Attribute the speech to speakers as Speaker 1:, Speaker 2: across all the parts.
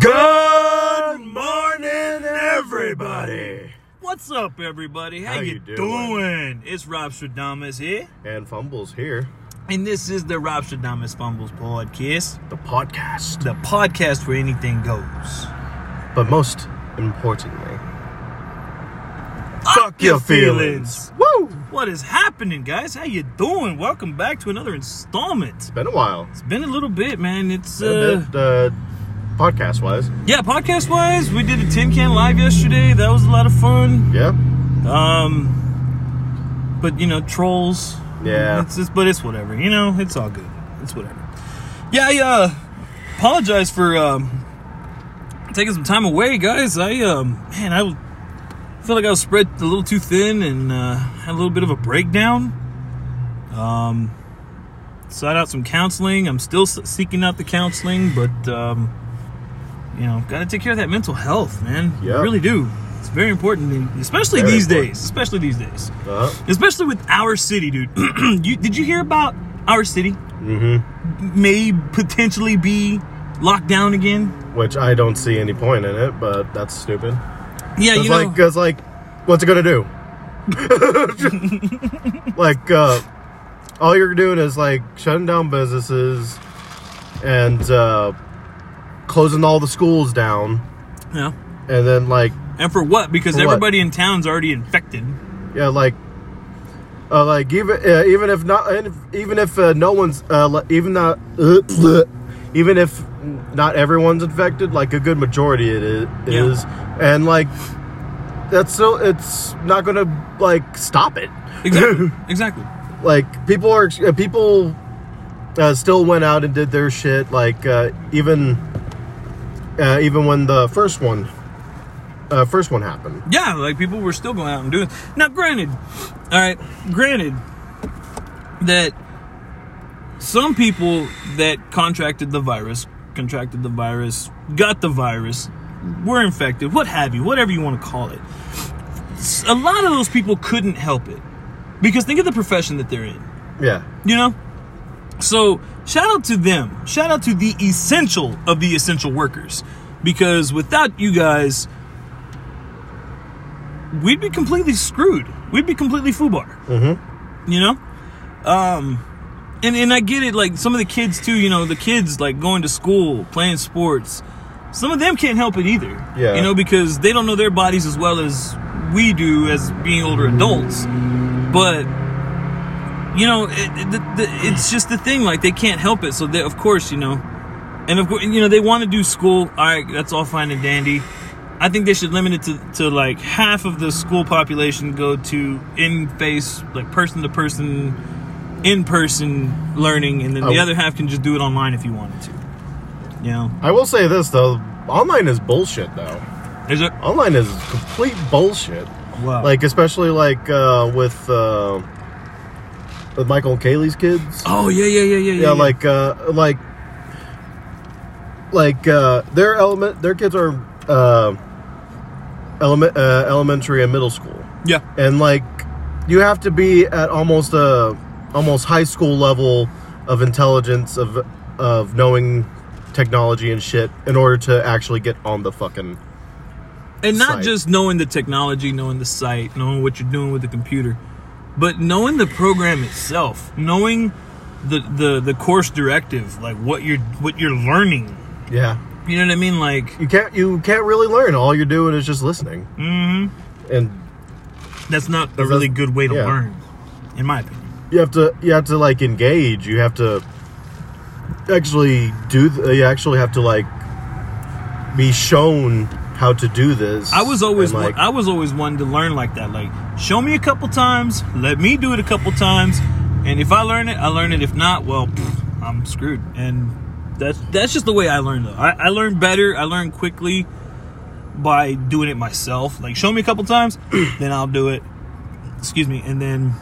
Speaker 1: Good morning, everybody.
Speaker 2: What's up, everybody? How,
Speaker 1: How
Speaker 2: you,
Speaker 1: you doing?
Speaker 2: doing? It's Rob Stradamus here,
Speaker 1: And Fumbles here,
Speaker 2: and this is the Rob Stradamus Fumbles Podcast,
Speaker 1: the podcast.
Speaker 2: the podcast where anything goes.
Speaker 1: But most importantly,
Speaker 2: Fuck
Speaker 1: Woo!
Speaker 2: What is happening, guys? How you doing? Welcome back to another installment.
Speaker 1: It's been a while.
Speaker 2: It's been a little bit, man. It's uh,
Speaker 1: The podcast wise,
Speaker 2: yeah, podcast wise, we did a tin can live yesterday. That was a lot of fun.
Speaker 1: yeah,
Speaker 2: Um, but you know, trolls.
Speaker 1: yeah.
Speaker 2: It's just, but it's whatever. You know, it's all good. It's whatever. Yeah, I uh, apologize for um, taking some time away, guys. I um, man, I feel like I was spread a little too thin and uh, had a little bit of a breakdown. Um, sought out some counseling. I'm still s- seeking out the counseling, but um, you know, gotta take care of that mental health, man. You
Speaker 1: Yeah.
Speaker 2: really do. It's very important, and especially
Speaker 1: Very
Speaker 2: these
Speaker 1: important.
Speaker 2: days. Especially these days
Speaker 1: Uh,
Speaker 2: especially with our city, dude. you, did you hear about our city
Speaker 1: mm-hmm.
Speaker 2: may potentially be locked down again?
Speaker 1: Which I don't see any point in it, but that's stupid.
Speaker 2: Yeah,
Speaker 1: It's
Speaker 2: you
Speaker 1: like, uh,
Speaker 2: know.
Speaker 1: it's like, what's it gonna do? like, uh, all you're doing is like shutting down businesses and uh, closing all the schools down,
Speaker 2: yeah.
Speaker 1: and then like,
Speaker 2: And for what? Because
Speaker 1: For what?
Speaker 2: everybody in town's already infected.
Speaker 1: yeah, like, uh, like even uh, even if not and if- even if uh, no one's uh, li- even not uh, even if not everyone's infected, like a good majority it is,
Speaker 2: Yeah.
Speaker 1: is and like that's still it's not gonna like stop it.
Speaker 2: Exactly. exactly.
Speaker 1: like people are uh, people uh, still went out and did their shit like uh, even uh, even when the first one uh, first one happened
Speaker 2: Yeah, like people were still going out and doing. Now, granted, all right, granted that some people that contracted the virus, contracted the virus, got the virus, were infected, what have you, whatever you want to call it. S- A lot of those people couldn't help it because think of the profession that they're in,
Speaker 1: yeah
Speaker 2: you know? So, shout out to them. Shout out to the essential of the essential workers because without you guys, we'd be completely screwed. We'd be completely foobar. Mm-hmm. You know, um, and and I get it. Like some of the kids too. You know, the kids like going to school, playing sports. Some of them can't help it either.
Speaker 1: Yeah.
Speaker 2: You know, because they don't know their bodies as well as we do as being older adults. But you know, it, it, the, the, it's just the thing. Like they can't help it. So they, of course, you know, and of course, you know, they want to do school. All right, that's all fine and dandy. I think they should limit it to, to like half of the school population go to in face, like person to person, in person learning, and then the
Speaker 1: Oh.
Speaker 2: other half can just do it online if you wanted to. You know,
Speaker 1: i will say this though online is bullshit though
Speaker 2: there's a
Speaker 1: online is complete bullshit
Speaker 2: wow.
Speaker 1: like especially like uh, with uh, with michael and kaylee's kids
Speaker 2: oh yeah yeah yeah yeah yeah,
Speaker 1: yeah, like uh like like uh their element their kids are uh element uh, elementary and middle school
Speaker 2: yeah
Speaker 1: and like you have to be at almost a almost high school level of intelligence of of knowing technology and shit in order to actually get on the fucking
Speaker 2: and not
Speaker 1: site.
Speaker 2: just knowing the technology, knowing the site, knowing what you're doing with the computer, but knowing the program itself, knowing the the the course directive, like what you're what you're learning.
Speaker 1: yeah
Speaker 2: You know what I mean? Like
Speaker 1: you can't you can't really learn all you're doing is just listening mm-hmm. and
Speaker 2: that's not a
Speaker 1: That's-
Speaker 2: really good way to
Speaker 1: yeah.
Speaker 2: learn, in my opinion.
Speaker 1: you have to you have to like engage you have to actually do th- you actually have to like be shown how to do this
Speaker 2: I was always
Speaker 1: And,
Speaker 2: one, I was always one to learn like that. Like show me a couple times, let me do it a couple times, and if I learn it, I learn it. If not, well, pff, I'm screwed. And that's that's just the way I learn though. I, I learn better. I learn quickly by doing it myself. Like show me a couple times, then I'll do it. Excuse me, and then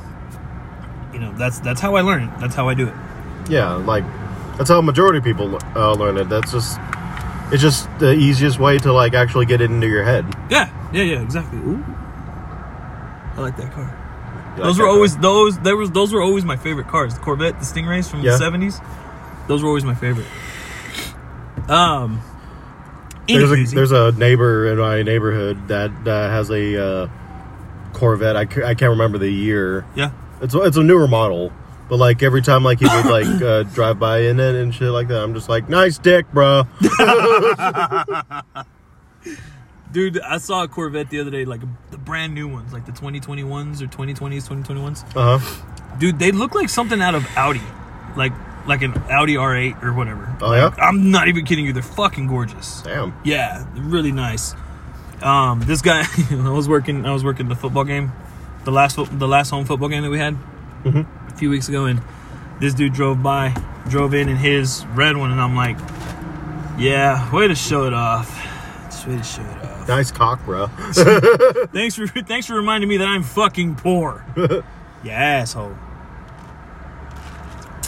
Speaker 2: you know that's that's how I learn. it. That's how I do it.
Speaker 1: yeah like that's how majority of people uh, learn it that's just it's just the easiest way to like actually get it into your head
Speaker 2: Yeah, yeah, yeah, exactly. Ooh. I like that car. Those were always those. There was those were always my favorite cars. The Corvette, the Stingrays from
Speaker 1: Yeah.
Speaker 2: the seventies. Those were always my favorite. Um,
Speaker 1: There's a,
Speaker 2: Anything.
Speaker 1: there's a neighbor in my neighborhood that uh, has a uh, Corvette. I, c- I can't remember the year.
Speaker 2: yeah.
Speaker 1: It's a, it's a newer model, but like every time like he would like uh, drive by in it and shit like that, I'm just like, nice dick, bro.
Speaker 2: Dude, I saw a Corvette the other day, like the brand new ones, like the 2021s or 2020s, 2021s.
Speaker 1: Uh huh.
Speaker 2: Dude, they look like something out of Audi, like like an Audi R8 or whatever.
Speaker 1: Oh, yeah?
Speaker 2: Like, I'm not even kidding you. They're fucking gorgeous.
Speaker 1: Damn.
Speaker 2: Yeah, really nice. Um, this guy, I was working, I was working the football game, the last fo- the last home football game that we had a few weeks ago, and this dude drove by, drove in in his red one, and I'm like, yeah, way to show it off, just way to show it off.
Speaker 1: Nice cock, bro.
Speaker 2: Thanks for thanks for reminding me that I'm fucking poor. you asshole.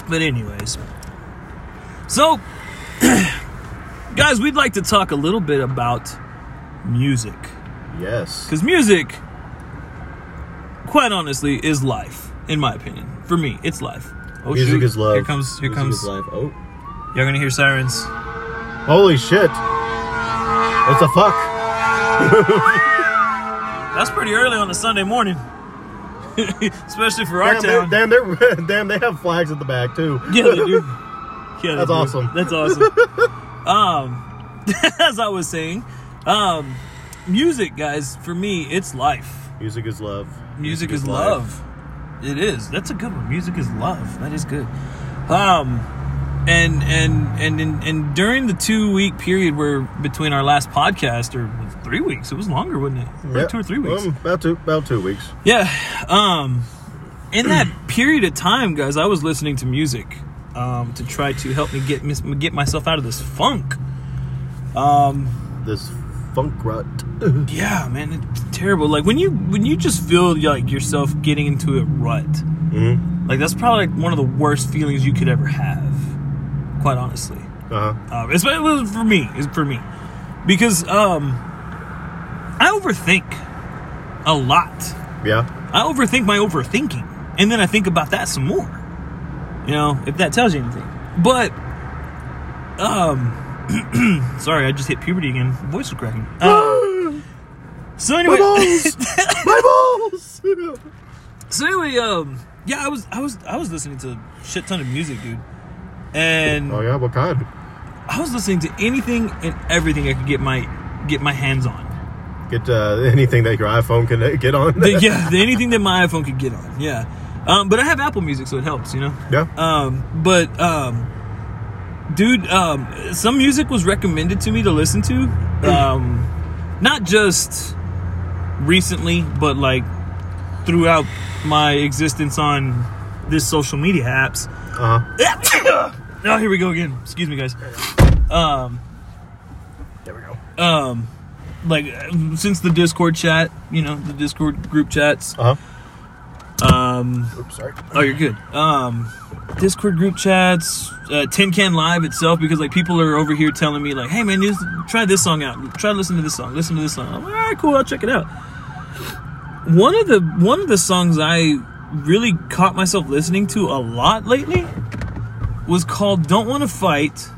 Speaker 2: But anyways. So guys, we'd like to talk a little bit about music.
Speaker 1: yes.
Speaker 2: Cuz music quite honestly is life in my opinion. For me, it's life. Oh
Speaker 1: Music
Speaker 2: shoot.
Speaker 1: is love.
Speaker 2: Here comes here
Speaker 1: Music
Speaker 2: comes
Speaker 1: is life. Oh.
Speaker 2: You're going to hear sirens.
Speaker 1: Holy shit. It's a fuck.
Speaker 2: That's pretty early on a Sunday morning. Especially for our
Speaker 1: Damn,
Speaker 2: town.
Speaker 1: they're, damn, they're, damn, they have flags at the back too.
Speaker 2: Yeah, they do. Yeah, they
Speaker 1: That's
Speaker 2: do.
Speaker 1: awesome.
Speaker 2: That's awesome. um, as I was saying, um, music, guys, for me, it's life.
Speaker 1: Music is love.
Speaker 2: Music, is
Speaker 1: life.
Speaker 2: love. It is. That's a good one. Music is love. That is good. Um, and and and and, and during the two week period where between our last podcast or three weeks, it was longer, wasn't it? Or
Speaker 1: Yeah.
Speaker 2: Two or three weeks.
Speaker 1: Um, about two, about two weeks.
Speaker 2: Yeah. Um in that period of time, guys, I was listening to music um to try to help me get mis- get myself out of this funk.
Speaker 1: This funk rut.
Speaker 2: Yeah, man, it's terrible. Like when you when you just feel like yourself getting into a rut.
Speaker 1: Mm-hmm.
Speaker 2: Like that's probably like, one of the worst feelings you could ever have, quite honestly.
Speaker 1: Uh huh.
Speaker 2: Um, especially for me, is for me, because um, I overthink a lot.
Speaker 1: Yeah.
Speaker 2: I overthink my overthinking, and then I think about that some more. You know, if that tells you anything. But, um, sorry, I just hit puberty again. My voice was cracking. Uh, so
Speaker 1: My
Speaker 2: anyway,
Speaker 1: balls. My balls.
Speaker 2: so anyway, um, yeah, I was, I was, I was listening to a shit ton of music, dude, and
Speaker 1: oh yeah. What kind?
Speaker 2: I was listening to anything and everything I could get my get my hands on.
Speaker 1: Get uh, anything that your iPhone can uh, get on.
Speaker 2: The- yeah, the, anything that my iPhone could get on. Yeah, um, but I have Apple Music, so it helps, you know.
Speaker 1: yeah.
Speaker 2: Um, but um, dude, um, some music was recommended to me to listen to. Um, not just recently, but like throughout my existence on this social media apps.
Speaker 1: Uh huh.
Speaker 2: Oh, here we go again. Excuse me, guys. Um,
Speaker 1: There we go.
Speaker 2: um, like uh, since the Discord chat, you know, the Discord group chats.
Speaker 1: Uh huh.
Speaker 2: Um,
Speaker 1: Oops. Sorry.
Speaker 2: Oh, you're good. Um, Discord group chats, uh, Tin Can Live itself, because like people are over here telling me like, "Hey man, you, try this song out. Try to listen to this song. Listen to this song." I'm like, "All right, cool. I'll check it out." One of the one of the songs I really caught myself listening to a lot lately was called "Don't Want to Fight"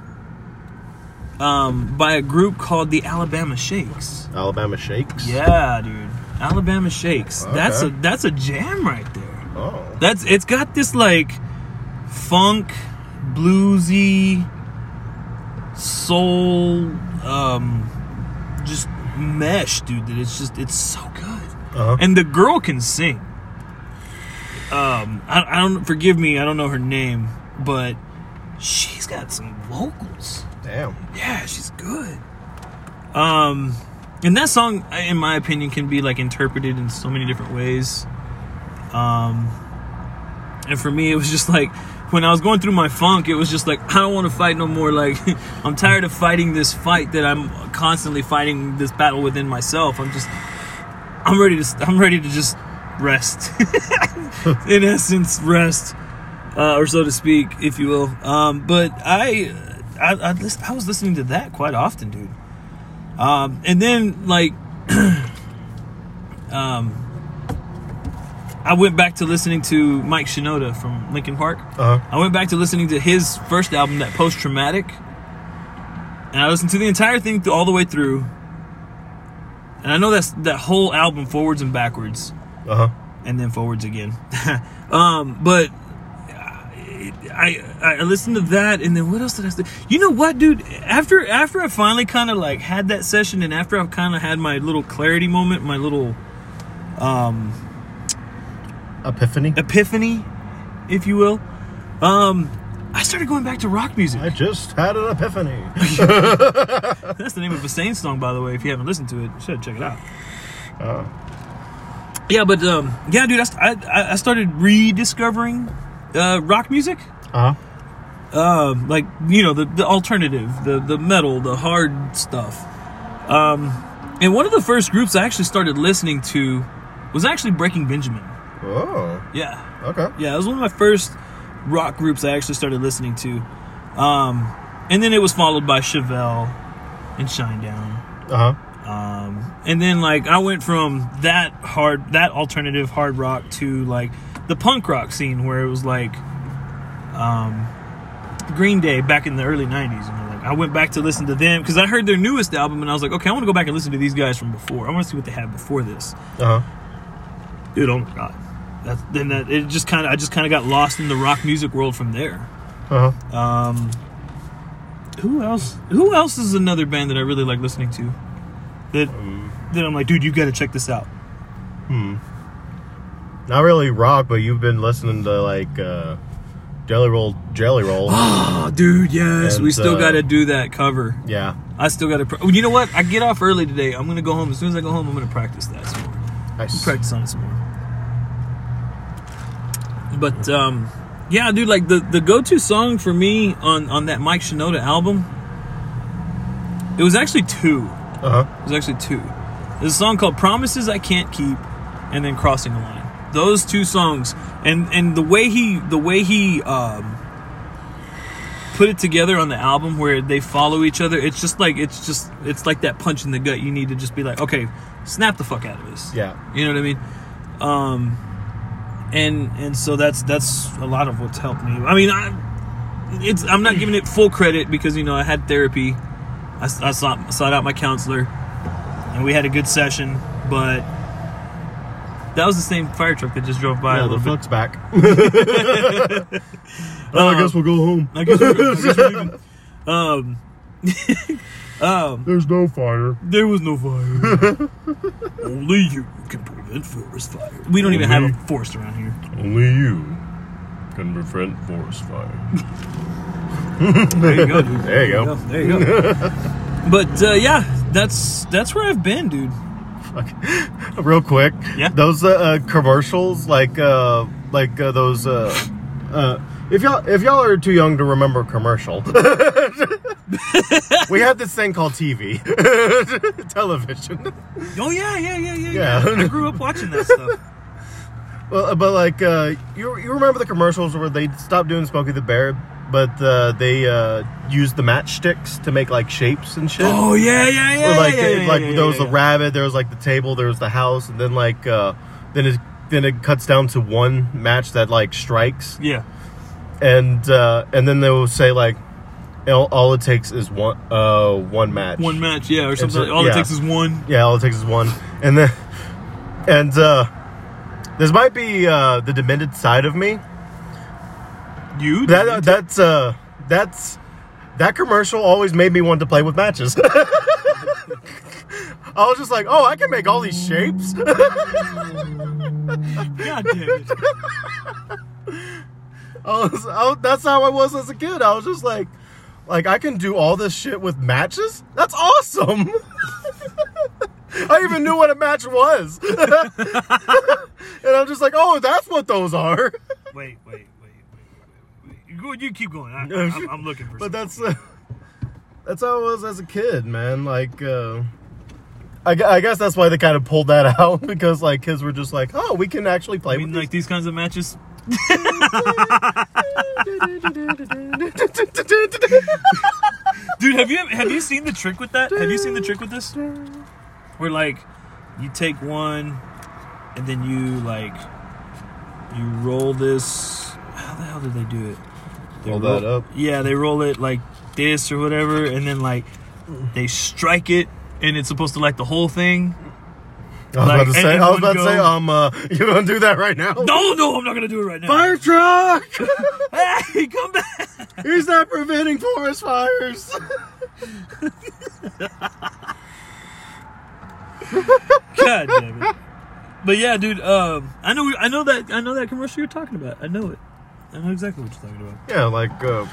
Speaker 2: um, by a group called the Alabama Shakes.
Speaker 1: Alabama shakes.
Speaker 2: Yeah, dude, Alabama Shakes. That's a
Speaker 1: Okay.
Speaker 2: that's a jam right there.
Speaker 1: Oh.
Speaker 2: That's it's got this like funk, bluesy, soul, um, just mesh, dude. That it's just it's so good,
Speaker 1: Uh huh.
Speaker 2: and the girl can sing. Um, I, I don't forgive me, I don't know her name, but she's got some vocals.
Speaker 1: Damn.
Speaker 2: Yeah, she's good. Um, and that song, I- in my opinion, can be like interpreted in so many different ways. Um, and for me, it was just like when I was going through my funk, it was just like I don't want to fight no more. Like I'm tired of fighting this fight that I'm constantly fighting this battle within myself. I'm just, I'm ready to, I'm ready to just rest. in essence, rest uh, or so to speak, if you will. Um, but I, I, I, listen, I was listening to that quite often, dude. Um, and then like, um, I went back to listening to Mike Shinoda from Linkin Park.
Speaker 1: Uh huh.
Speaker 2: I went back to listening to his first album, that Post Traumatic. and I listened to the entire thing th- all the way through. And I know that's that whole album forwards and backwards,
Speaker 1: Uh huh.
Speaker 2: and then forwards again. um, but I, I I listened to that, and then what else did I say? You know what, dude? After after I finally kind of like had that session, and after I've kind of had my little clarity moment, my little
Speaker 1: Epiphany.
Speaker 2: epiphany, if you will, um, I started going back to rock music.
Speaker 1: I just had an epiphany.
Speaker 2: That's the name of a Saints song, by the way. If you haven't listened to it, you should check it out. Yeah, but um, yeah, dude, I, st- I- I I started rediscovering uh, rock music,
Speaker 1: Uh huh.
Speaker 2: uh, like you know the, the alternative, the the metal, the hard stuff. Um, and one of the first groups I actually started listening to was actually Breaking Benjamin.
Speaker 1: Oh.
Speaker 2: Yeah,
Speaker 1: Okay.
Speaker 2: yeah, it was one of my first rock groups I actually started listening to. Um, and then it was followed by Chevelle and Shinedown.
Speaker 1: Uh huh.
Speaker 2: Um, and then like I went from that hard, that alternative hard rock to like the punk rock scene where it was like um, Green Day back in the early '90s. And like I went back to listen to them because I heard their newest album and I was like, okay, I want to go back and listen to these guys from before. I want to see what they had before this.
Speaker 1: Uh huh.
Speaker 2: Dude, oh my god, that's then that it just kind of I just kind of got lost in the rock music world from there.
Speaker 1: Uh huh.
Speaker 2: Um, who else? Who else is another band that I really like listening to? That that I'm like, dude, you got to check this out.
Speaker 1: Not really rock, but you've been listening to like uh, Jelly Roll, Jelly Roll.
Speaker 2: Oh, dude, yes,
Speaker 1: And,
Speaker 2: we still
Speaker 1: uh,
Speaker 2: got to do that cover.
Speaker 1: yeah.
Speaker 2: I still got to. Pr- you know what? I get off early today. I'm gonna go home. As soon as I go home, I'm gonna practice that some more.
Speaker 1: Nice.
Speaker 2: Practice on it some more. But um, yeah, dude, like the the go to song for me on on that Mike Shinoda album. It was actually two.
Speaker 1: Uh huh.
Speaker 2: There's actually two. There's a song called "Promises I Can't Keep," and then "Crossing a Line." Those two songs, and and the way he the way he um, put it together on the album, where they follow each other, it's just like it's just it's like that punch in the gut. You need to just be like, okay, snap the fuck out of this.
Speaker 1: Yeah.
Speaker 2: You know what I mean? Um, and and so that's that's a lot of what's helped me. I mean, I it's I'm not giving it full credit because you know I had therapy. I, s- I sought, sought out my counselor, and we had a good session. But that was the same fire truck that just drove by a
Speaker 1: Yeah, the
Speaker 2: little bit.
Speaker 1: fuck's back. oh, I guess we'll go home.
Speaker 2: I guess we're- I guess we're leaving. um, um,
Speaker 1: There's no fire.
Speaker 2: there was no fire. Only you can prevent forest fire. We don't even have a
Speaker 1: Only-
Speaker 2: forest around here.
Speaker 1: Only you can prevent forest fire.
Speaker 2: There you go, dude.
Speaker 1: There you
Speaker 2: Yeah,
Speaker 1: go.
Speaker 2: there you go. but uh, yeah, that's that's where I've been, dude.
Speaker 1: Real quick,
Speaker 2: Yeah.
Speaker 1: Those uh, commercials, like uh, like uh, those. Uh, uh, if y'all if y'all are too young to remember a commercial, we had this thing called TV, television.
Speaker 2: Oh yeah, yeah, yeah, yeah, yeah.
Speaker 1: Yeah.
Speaker 2: I grew up watching that stuff.
Speaker 1: Well, but like uh, you, you remember the commercials where they stopped doing Smokey the Bear, but uh, they uh, used the matchsticks to make like shapes and shit.
Speaker 2: Oh yeah, yeah, yeah.
Speaker 1: Or like
Speaker 2: yeah, yeah,
Speaker 1: like
Speaker 2: yeah,
Speaker 1: there was
Speaker 2: yeah,
Speaker 1: the
Speaker 2: yeah.
Speaker 1: rabbit, there was like the table, there was the house, and then like uh, then it then it cuts down to one match that like strikes,
Speaker 2: Yeah.
Speaker 1: and uh, and then they will say like all, all it takes is one uh, one match,
Speaker 2: One match, yeah, or something.
Speaker 1: It's a-
Speaker 2: All it
Speaker 1: yeah.
Speaker 2: takes is one.
Speaker 1: yeah, all it takes is one, and then and uh, this might be uh, the demented side of me.
Speaker 2: You.
Speaker 1: That uh, that's uh that's that commercial always made me want to play with matches. I was just like, oh, I can make all these shapes.
Speaker 2: God damn it.
Speaker 1: I was, I, that's how I was as a kid. I was just like, like I can do all this shit with matches. That's awesome. I even knew what a match was, and I'm just like, oh, that's what those are.
Speaker 2: Wait, wait, wait, wait, wait, wait. You, go, you keep going. I, I, I'm, I'm looking for.
Speaker 1: But
Speaker 2: something.
Speaker 1: that's uh, that's how I was as a kid, man. Like, uh, I, gu- I guess that's why they kind of pulled that out because like kids were just like, oh, we can actually play
Speaker 2: I mean,
Speaker 1: with
Speaker 2: like these kinds of matches.
Speaker 1: these.
Speaker 2: Dude, have you have you seen the trick with that? Have you seen the trick with this? Where like you take one and then you like you roll this how the hell did they do it? They
Speaker 1: Roll that up.
Speaker 2: Yeah, they roll it like this or whatever, and then like they strike it, and it's supposed to like the whole thing.
Speaker 1: I was
Speaker 2: Like,
Speaker 1: about to
Speaker 2: and
Speaker 1: say. I was
Speaker 2: everyone
Speaker 1: about to say.
Speaker 2: go-
Speaker 1: Um, uh, you gonna do that right now?
Speaker 2: No, no, I'm not gonna do it right now.
Speaker 1: Fire truck!
Speaker 2: Hey, come back!
Speaker 1: He's not preventing forest fires.
Speaker 2: God damn it! But yeah, dude. Um, I know. I know that. I know that commercial you're talking about. I know it. I know exactly what you're talking about.
Speaker 1: yeah, like. Uh,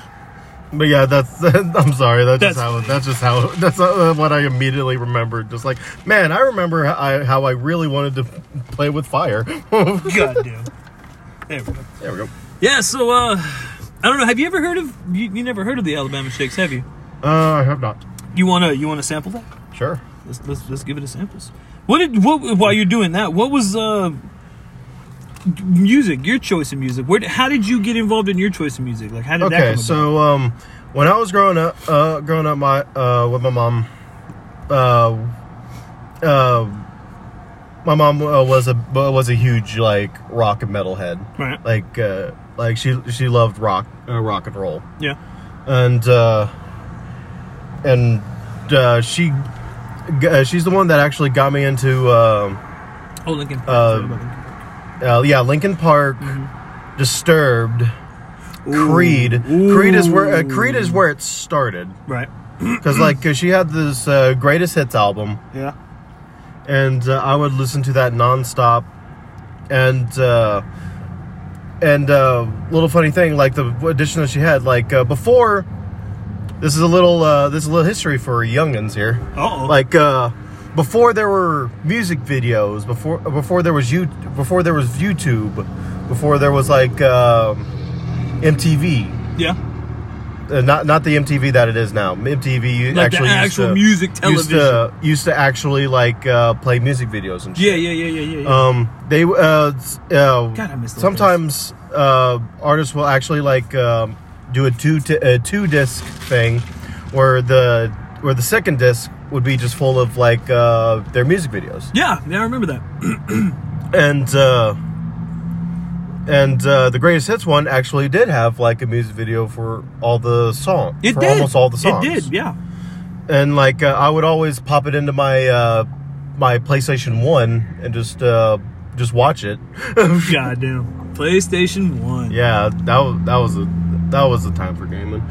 Speaker 1: but yeah, that's. I'm sorry. That's,
Speaker 2: That's
Speaker 1: just how. That's just how. That's uh, what I immediately remembered. Just like, man, I remember how I, how I really wanted to play with fire. there we
Speaker 2: God damn. There we go.
Speaker 1: go.
Speaker 2: Yeah. So, uh, I don't know. Have you ever heard of? You, you never heard of the Alabama Shakes, have you?
Speaker 1: Uh, I have not.
Speaker 2: You wanna you wanna sample that?
Speaker 1: Sure.
Speaker 2: Let's let's, let's give it a samples. What did what while you're doing that? What was uh music? Your choice in music. Where? did- How did you get involved in your choice in music? Like how did that come
Speaker 1: Okay,
Speaker 2: about?
Speaker 1: so um, when I was growing up, uh, growing up, my uh, with my mom, uh, uh, my mom uh, was a was a huge like rock and metal head,
Speaker 2: Right.
Speaker 1: like uh, like she she loved rock uh, rock and roll,
Speaker 2: yeah.
Speaker 1: and uh, and uh, she g- uh, she's the one that actually got me into. um
Speaker 2: Oh, Lincoln. Park.
Speaker 1: uh,
Speaker 2: Sorry about Lincoln Park.
Speaker 1: uh, yeah, Lincoln Park, Disturbed,
Speaker 2: Mm-hmm. Ooh.
Speaker 1: Creed. Creed is where uh,
Speaker 2: Ooh.
Speaker 1: Creed is where it started
Speaker 2: Right.
Speaker 1: because like 'cause she had this uh, greatest hits album,
Speaker 2: Yeah.
Speaker 1: and uh, I would listen to that nonstop, and. Uh, and uh, little funny thing, like the edition that she had, like uh, before, this is a little uh, this is a little history for youngins here.
Speaker 2: Uh oh.
Speaker 1: like uh before there were music videos before before there was you before there was youtube before there was like um mtv
Speaker 2: yeah.
Speaker 1: uh, not not the mtv that it is now mtv
Speaker 2: Like
Speaker 1: actually used
Speaker 2: the actual
Speaker 1: to-
Speaker 2: music
Speaker 1: used
Speaker 2: television.
Speaker 1: to used to actually like uh play music videos and
Speaker 2: yeah.
Speaker 1: shit.
Speaker 2: Yeah. Yeah. Yeah. Yeah. yeah.
Speaker 1: um they uh, s- uh
Speaker 2: God, I miss those
Speaker 1: sometimes uh artists will actually like um do a two t- a two disc thing where the where the second disc would be just full of like uh their music videos
Speaker 2: yeah. Yeah. I remember that.
Speaker 1: and uh and uh, the greatest hits one actually did have like a music video for all the song
Speaker 2: It
Speaker 1: for
Speaker 2: did.
Speaker 1: almost all the songs.
Speaker 2: It did. Yeah.
Speaker 1: and like uh, I would always pop it into my uh, my PlayStation One and just uh, just watch it.
Speaker 2: Goddamn. PlayStation One.
Speaker 1: Yeah, that was, that was a that was a time for gaming.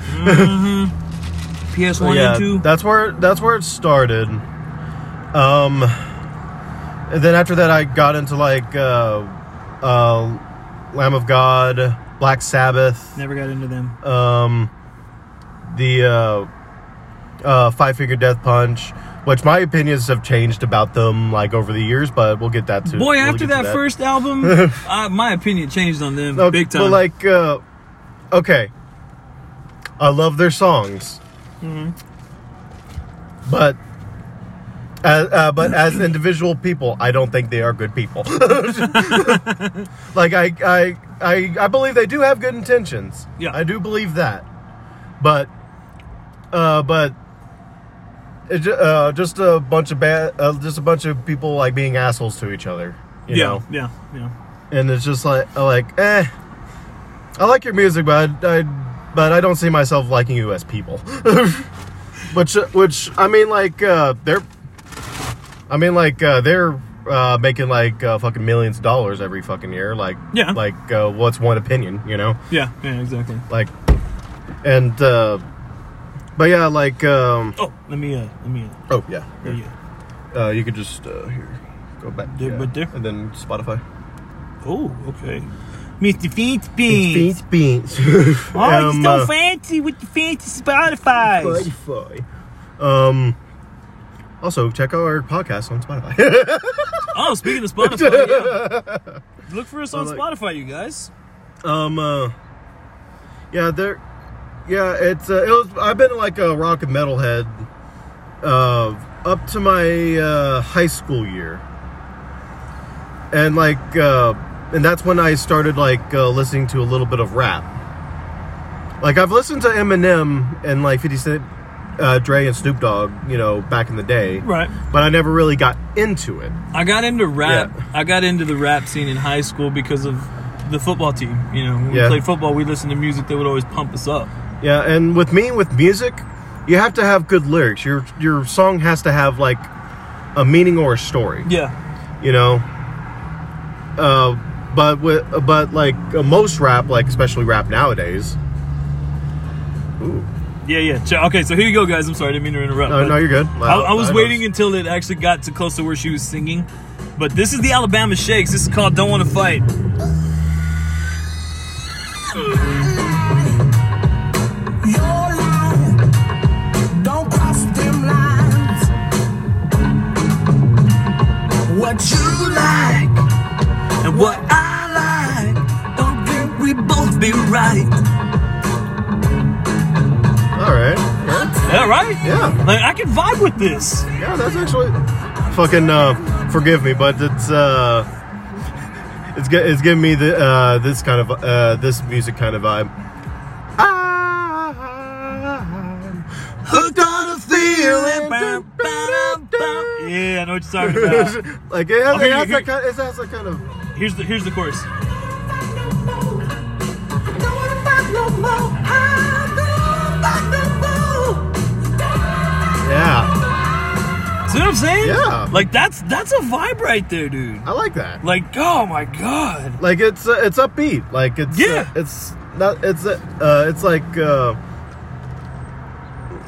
Speaker 2: PS One
Speaker 1: yeah,
Speaker 2: and Two.
Speaker 1: that's where that's where it started. Um, and then after that, I got into like uh, uh, Lamb of God, Black Sabbath,
Speaker 2: Never got into them.
Speaker 1: um, the uh, uh, Five Finger Death Punch. Which my opinions have changed about them like over the years, but we'll get that too.
Speaker 2: Boy,
Speaker 1: we'll
Speaker 2: after
Speaker 1: get to
Speaker 2: that, first album, uh, my opinion changed on them
Speaker 1: No,
Speaker 2: big time.
Speaker 1: Oh, But like, uh, okay, I love their songs,
Speaker 2: Mm-hmm.
Speaker 1: but uh, uh, but as individual people, I don't think they are good people. like I, I I I believe they do have good intentions.
Speaker 2: Yeah.
Speaker 1: I do believe that, but uh, but. It, ju- uh, just a bunch of bad, uh, just a bunch of people like being assholes to each other. You
Speaker 2: yeah,
Speaker 1: know?
Speaker 2: yeah, yeah.
Speaker 1: and it's just like like eh i like your music but i, I- but i don't see myself liking you as people which uh, which i mean like uh they're i mean like uh they're uh making like uh fucking millions of dollars every fucking year like
Speaker 2: Yeah.
Speaker 1: like uh what's one opinion you know
Speaker 2: Yeah, yeah, exactly.
Speaker 1: like and uh but yeah like um
Speaker 2: Oh, let me, uh, let me, uh,
Speaker 1: oh yeah
Speaker 2: yeah, yeah.
Speaker 1: uh you could just uh here go back
Speaker 2: There-
Speaker 1: yeah,
Speaker 2: but there?
Speaker 1: and then spotify
Speaker 2: Oh, okay. Mr. Fancy
Speaker 1: Beans,
Speaker 2: Beans.
Speaker 1: beans.
Speaker 2: Oh,
Speaker 1: Um,
Speaker 2: you're so
Speaker 1: uh,
Speaker 2: fancy with the fancy Spotify.
Speaker 1: Spotify. Um. Also, check out our podcast on Spotify.
Speaker 2: Oh, speaking of Spotify, yeah. look for us on
Speaker 1: like-
Speaker 2: Spotify, you guys.
Speaker 1: um. Uh, yeah, there. Yeah, it's. Uh, it was. I've been like a rock and metal head, uh, up to my uh, high school year, and like, uh, and that's when I started like uh, listening to a little bit of rap. Like I've listened to Eminem and like Fifty Cent, uh, Dre, and Snoop Dogg, you know, back in the day,
Speaker 2: Right.
Speaker 1: but I never really got into it.
Speaker 2: I got into rap.
Speaker 1: Yeah.
Speaker 2: I got into the rap scene in high school because of the football team. You know, when
Speaker 1: Yeah.
Speaker 2: we played football, we listened to music that would always pump us up.
Speaker 1: Yeah, and with me with music, you have to have good lyrics. Your your song has to have like a meaning or a story.
Speaker 2: Yeah.
Speaker 1: You know. Uh, but with but like uh, most rap, like especially rap nowadays. Ooh,
Speaker 2: Yeah, yeah. Ch- Okay, so here you go, guys. I'm sorry, I didn't mean to interrupt.
Speaker 1: uh, no,
Speaker 2: but
Speaker 1: no, you're good.
Speaker 2: I, I was
Speaker 1: know.
Speaker 2: waiting until it actually got to close to where she was singing. But this is the Alabama Shakes. This is called Don't Want to Fight.
Speaker 3: Your line, don't cross them lines. What you like,
Speaker 2: And
Speaker 3: what
Speaker 2: what?
Speaker 3: I like, don't think we both be right.
Speaker 1: All right. Yeah,
Speaker 2: Yeah, right?
Speaker 1: yeah,
Speaker 2: Like, I can vibe with this.
Speaker 1: yeah, that's actually fucking. Uh, forgive me, but it's uh, it's gi- it's giving me the uh, this kind of uh, this music kind of vibe. I'm hooked on a feeling.
Speaker 2: Yeah, I know what you're talking about.
Speaker 1: like it has,
Speaker 2: Okay,
Speaker 1: it has
Speaker 2: here-
Speaker 1: that kind. It has that kind of.
Speaker 2: Here's the here's the chorus.
Speaker 1: Yeah,
Speaker 2: See what I'm saying?
Speaker 1: Yeah.
Speaker 2: Like that's that's a vibe right there, dude.
Speaker 1: I like that.
Speaker 2: Like, oh my god.
Speaker 1: Like it's uh, it's upbeat. Like it's uh,
Speaker 2: Yeah.
Speaker 1: it's not. It's uh, uh, it's like uh,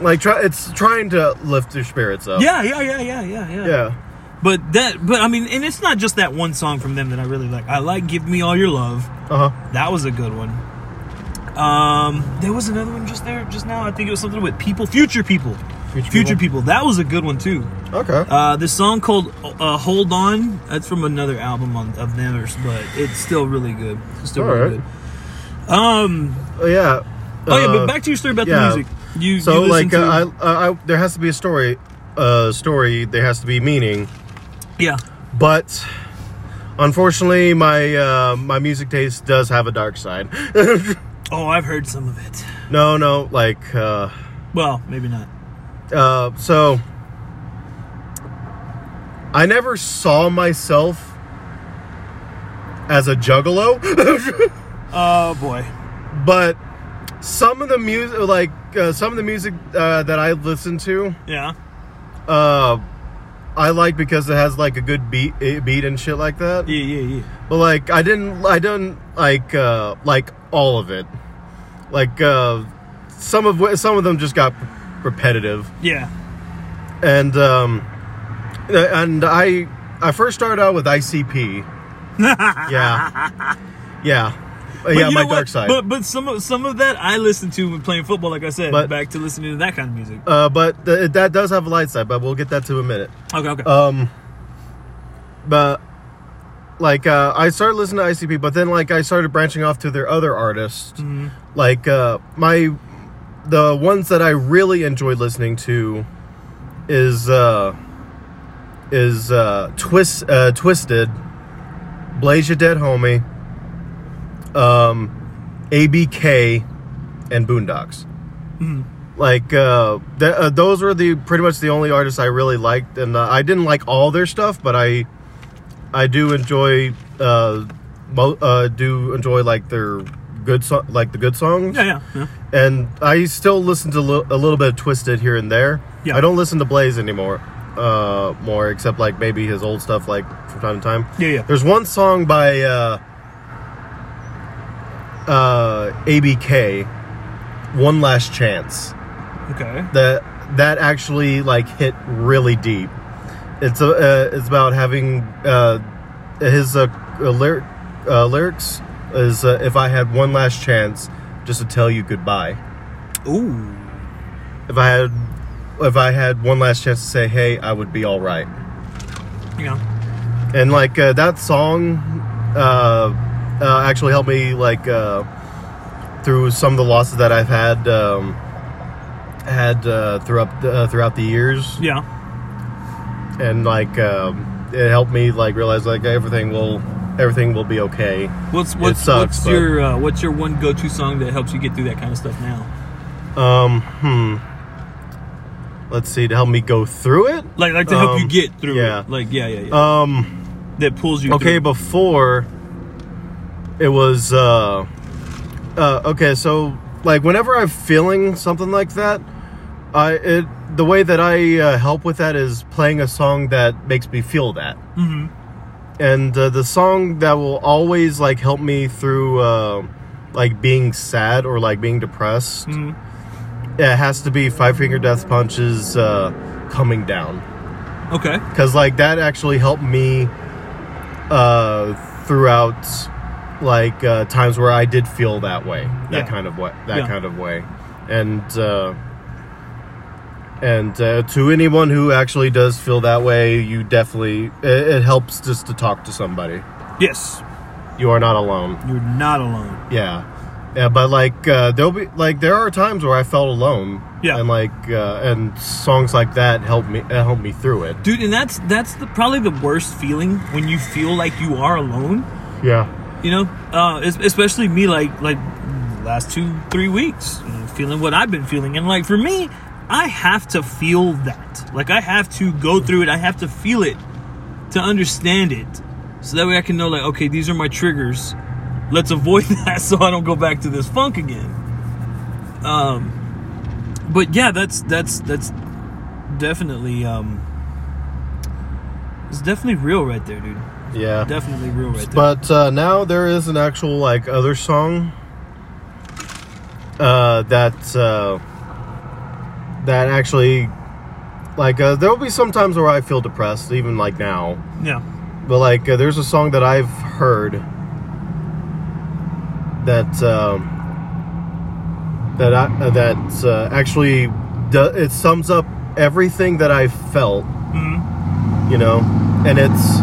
Speaker 1: like try. It's trying to lift your spirits up.
Speaker 2: Yeah, yeah, yeah, yeah, yeah, yeah.
Speaker 1: Yeah.
Speaker 2: But that but I mean, and it's not just that one song from them that I really like. I like Give Me All Your Love.
Speaker 1: Uh huh.
Speaker 2: That was a good one. Um there was another one just there just now. I think it was something with people, future people.
Speaker 1: Future People.
Speaker 2: people. That was a good one too.
Speaker 1: Okay.
Speaker 2: Uh, this song called uh, "Hold On" that's from another album on, of theirs, but it's still really good. It's still
Speaker 1: All
Speaker 2: really
Speaker 1: right.
Speaker 2: good. Um,
Speaker 1: Uh, yeah.
Speaker 2: oh yeah,
Speaker 1: Uh,
Speaker 2: but back to your story about
Speaker 1: yeah.
Speaker 2: the music. You
Speaker 1: So
Speaker 2: you listen
Speaker 1: like,
Speaker 2: to,
Speaker 1: uh, I, uh, I, there has to be a story. Uh, story. There has to be meaning.
Speaker 2: yeah,
Speaker 1: But unfortunately, my uh, my music taste does have a dark side.
Speaker 2: oh I've heard some of it.
Speaker 1: no, no, like. Uh,
Speaker 2: Well, maybe not.
Speaker 1: uh, so I never saw myself as a juggalo,
Speaker 2: Oh boy,
Speaker 1: but some of the music, like uh, some of the music uh, that I listen to,
Speaker 2: yeah,
Speaker 1: uh, I like because it has like a good beat, eh, beat and shit like that.
Speaker 2: yeah, yeah, yeah.
Speaker 1: But like, I didn't, I didn't like uh, like all of it. Like uh, some of wh- some of them just got repetitive.
Speaker 2: Yeah,
Speaker 1: and um, and I I first started out with ICP. yeah, yeah, Uh,
Speaker 2: But
Speaker 1: yeah.
Speaker 2: you
Speaker 1: My
Speaker 2: know what?
Speaker 1: dark side,
Speaker 2: But but some of some of that I listened to when playing football. Like I said,
Speaker 1: But-
Speaker 2: back to listening to that kind of music.
Speaker 1: uh, but th- that does have a light side. But we'll get that to a minute.
Speaker 2: Okay, okay.
Speaker 1: Um, but like uh, I started listening to ICP, but then like I started branching off to their other artists. Like uh, my the ones that I really enjoy listening to is uh, is uh, twist uh, twisted, Blaze Your Dead Homie, um, ABK, and Boondocks like uh, th- uh those were the pretty much the only artists I really liked, and uh, I didn't like all their stuff, but I I do enjoy uh, mo- uh do enjoy like their good so- like the good songs,
Speaker 2: yeah, yeah, yeah.
Speaker 1: and I still listen to li- a little bit of Twisted here and there.
Speaker 2: Yeah.
Speaker 1: I don't listen to Blaze anymore, uh, more except like maybe his old stuff like from time to time.
Speaker 2: Yeah, yeah.
Speaker 1: There's one song by uh, uh, ABK, One Last Chance
Speaker 2: Okay.
Speaker 1: that that actually like hit really deep. It's a, uh, it's about having uh, his uh, uh, lyric, uh, lyrics is uh, if I had one last chance just to tell you goodbye.
Speaker 2: Ooh.
Speaker 1: If I had if I had one last chance to say hey, I would be all right.
Speaker 2: Yeah.
Speaker 1: And like uh, that song uh, uh, actually helped me like uh, through some of the losses that I've had um, had uh, throughout uh, throughout the years.
Speaker 2: Yeah.
Speaker 1: and like um, it helped me like realize like everything will everything will be okay.
Speaker 2: What's what's
Speaker 1: sucks,
Speaker 2: what's
Speaker 1: but-
Speaker 2: your uh, what's your one go to song that helps you get through that kind of stuff now?
Speaker 1: Um, hmm. Let's see to help me go through it.
Speaker 2: Like, like to help you
Speaker 1: Um,
Speaker 2: get through.
Speaker 1: yeah.
Speaker 2: It. Like, yeah, yeah, yeah.
Speaker 1: Um,
Speaker 2: that pulls you.
Speaker 1: okay,
Speaker 2: through.
Speaker 1: before it was uh, uh, okay, so like whenever I'm feeling something like that, I it the way that I uh, help with that is playing a song that makes me feel that. Mm-hmm. And uh, the song that will always like help me through uh, like being sad or like being depressed.
Speaker 2: Mhm.
Speaker 1: It has to be Five Finger Death Punch's uh, "Coming Down."
Speaker 2: Okay.
Speaker 1: because like that actually helped me uh throughout like uh times where i did feel that way that
Speaker 2: Yeah.
Speaker 1: kind of way that
Speaker 2: Yeah.
Speaker 1: kind of way and uh and uh, to anyone who actually does feel that way you definitely it, it helps just to talk to somebody
Speaker 2: Yes.
Speaker 1: you are not alone
Speaker 2: You're not alone.
Speaker 1: yeah yeah, but like uh, there'll be like there are times where I felt alone,
Speaker 2: Yeah.
Speaker 1: and like uh, and songs like that helped me uh, helped me through it.
Speaker 2: Dude, and that's that's the, probably the worst feeling when you feel like you are alone.
Speaker 1: Yeah,
Speaker 2: You know, uh, es- especially me, like like last two three weeks, you know, feeling what I've been feeling, and like for me, I have to feel that. Like I have to go through it. I have to feel it to understand it, so that way I can know like, okay, these are my triggers. Let's avoid that so I don't go back to this funk again. Um, but yeah, that's that's that's definitely um, it's definitely real right there, dude.
Speaker 1: yeah.
Speaker 2: Definitely real right there.
Speaker 1: But uh, now there is an actual like other song uh, that uh, that actually like uh, there will be some times where I feel depressed, even like now.
Speaker 2: yeah.
Speaker 1: But like uh, there's a song that I've heard that um, that I, uh, that uh, actually do, it sums up everything that I felt, you know, and it's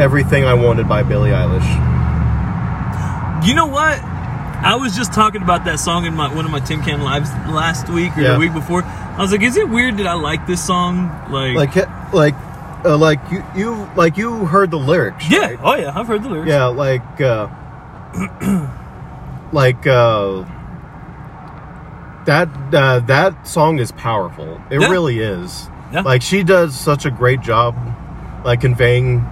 Speaker 1: everything I wanted by Billie Eilish.
Speaker 2: You know what? I was just talking about that song in my one of my Tin Can Lives last week or
Speaker 1: Yeah.
Speaker 2: the week before. I was like, is it weird that I like this song? Like,
Speaker 1: like he- like uh, like you you like you heard the lyrics
Speaker 2: yeah,
Speaker 1: right?
Speaker 2: oh yeah, I've heard the lyrics.
Speaker 1: yeah like uh like uh that uh, that song is powerful it
Speaker 2: Yeah.
Speaker 1: really is
Speaker 2: Yeah.
Speaker 1: like she does such a great job like conveying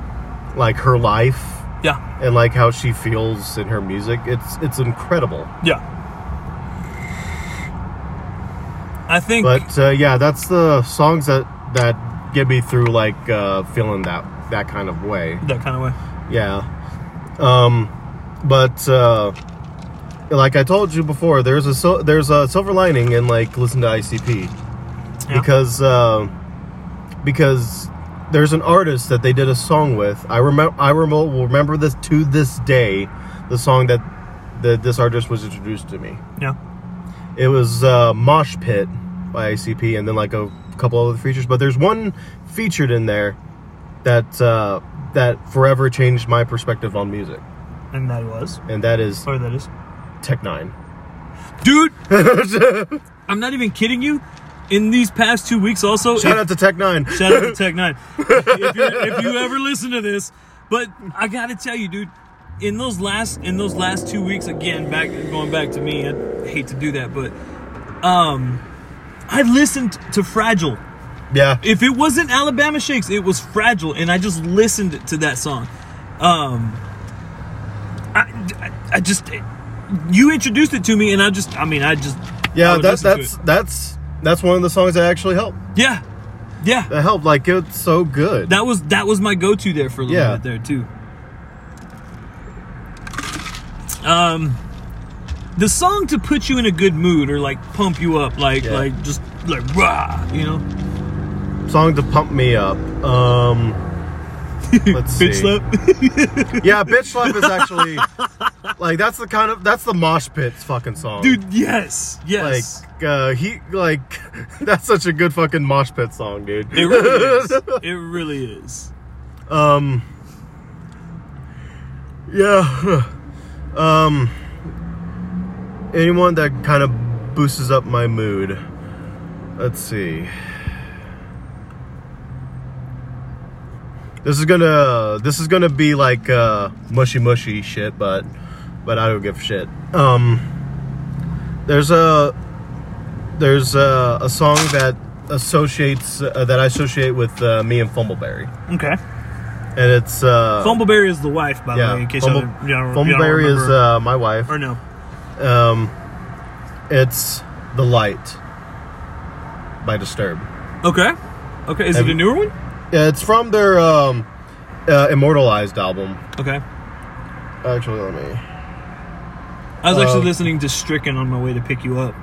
Speaker 1: like her life
Speaker 2: yeah,
Speaker 1: and like how she feels in her music it's it's incredible
Speaker 2: yeah. I think
Speaker 1: but uh, yeah that's the songs that that get me through like uh feeling that that kind of way
Speaker 2: that kind of way.
Speaker 1: Yeah. Um, but uh, like I told you before, there's a sil there's a silver lining in like listen to ICP
Speaker 2: Yeah.
Speaker 1: because uh, because there's an artist that they did a song with. I remember I remember will remember this to this day the song that that this artist was introduced to me.
Speaker 2: yeah,
Speaker 1: It was uh, Mosh Pit by ICP, and then like a couple other features. But there's one featured in there that uh, that forever changed my perspective on music,
Speaker 2: and that was
Speaker 1: and that is
Speaker 2: sorry, that is,
Speaker 1: Tech Nine.
Speaker 2: dude. I'm not even kidding you. In these past two weeks, also, if-
Speaker 1: Shout out to Tech Nine.
Speaker 2: Shout out to Tech Nine. if, you're, if you ever listen to this, but I gotta tell you, dude, in those last in those last two weeks, again, back going back to me, I hate to do that, but um, I listened to Fragile.
Speaker 1: Yeah,
Speaker 2: If it wasn't Alabama Shakes, it was Fragile, and I just listened to that song. Um, I, I, I just you introduced it to me, and I just, I mean, I just I
Speaker 1: yeah.
Speaker 2: would
Speaker 1: That's
Speaker 2: Oh, listen to
Speaker 1: that's
Speaker 2: it.
Speaker 1: that's that's one of the songs that actually helped.
Speaker 2: yeah, yeah.
Speaker 1: That helped. Like it's so good.
Speaker 2: That was that was my go-to there for a little
Speaker 1: Yeah.
Speaker 2: bit there too. Um, the song to put you in a good mood or like pump you up, like
Speaker 1: Yeah.
Speaker 2: like just like rah, you know,
Speaker 1: song to pump me up. Um, let's see.
Speaker 2: bitch slap.
Speaker 1: Yeah, bitch slap is actually like that's the kind of that's the mosh pits fucking song,
Speaker 2: dude. Yes,
Speaker 1: like
Speaker 2: yes.
Speaker 1: uh he like that's such a good fucking mosh pit song dude
Speaker 2: it really is. It really is.
Speaker 1: um yeah um anyone that kind of boosts up my mood let's see this is gonna this is gonna be like uh mushy mushy shit but but i don't give a shit um there's a there's a, a song that associates uh, that i associate with uh, me and fumbleberry
Speaker 2: Okay.
Speaker 1: and it's uh
Speaker 2: Fumbleberry is the wife, by the way. In case y'all-
Speaker 1: Fumble-
Speaker 2: y'all, y'all, don't
Speaker 1: Fumbleberry is
Speaker 2: remember.
Speaker 1: uh, my wife.
Speaker 2: or no.
Speaker 1: uh, Um, It's The Light by Disturbed.
Speaker 2: Okay. Okay. Is
Speaker 1: Have
Speaker 2: it a
Speaker 1: you-
Speaker 2: newer one?
Speaker 1: Yeah, it's from their um, uh, Immortalized album.
Speaker 2: Okay.
Speaker 1: Actually, let me.
Speaker 2: I was actually
Speaker 1: Uh,
Speaker 2: listening to Stricken on my way to pick you up.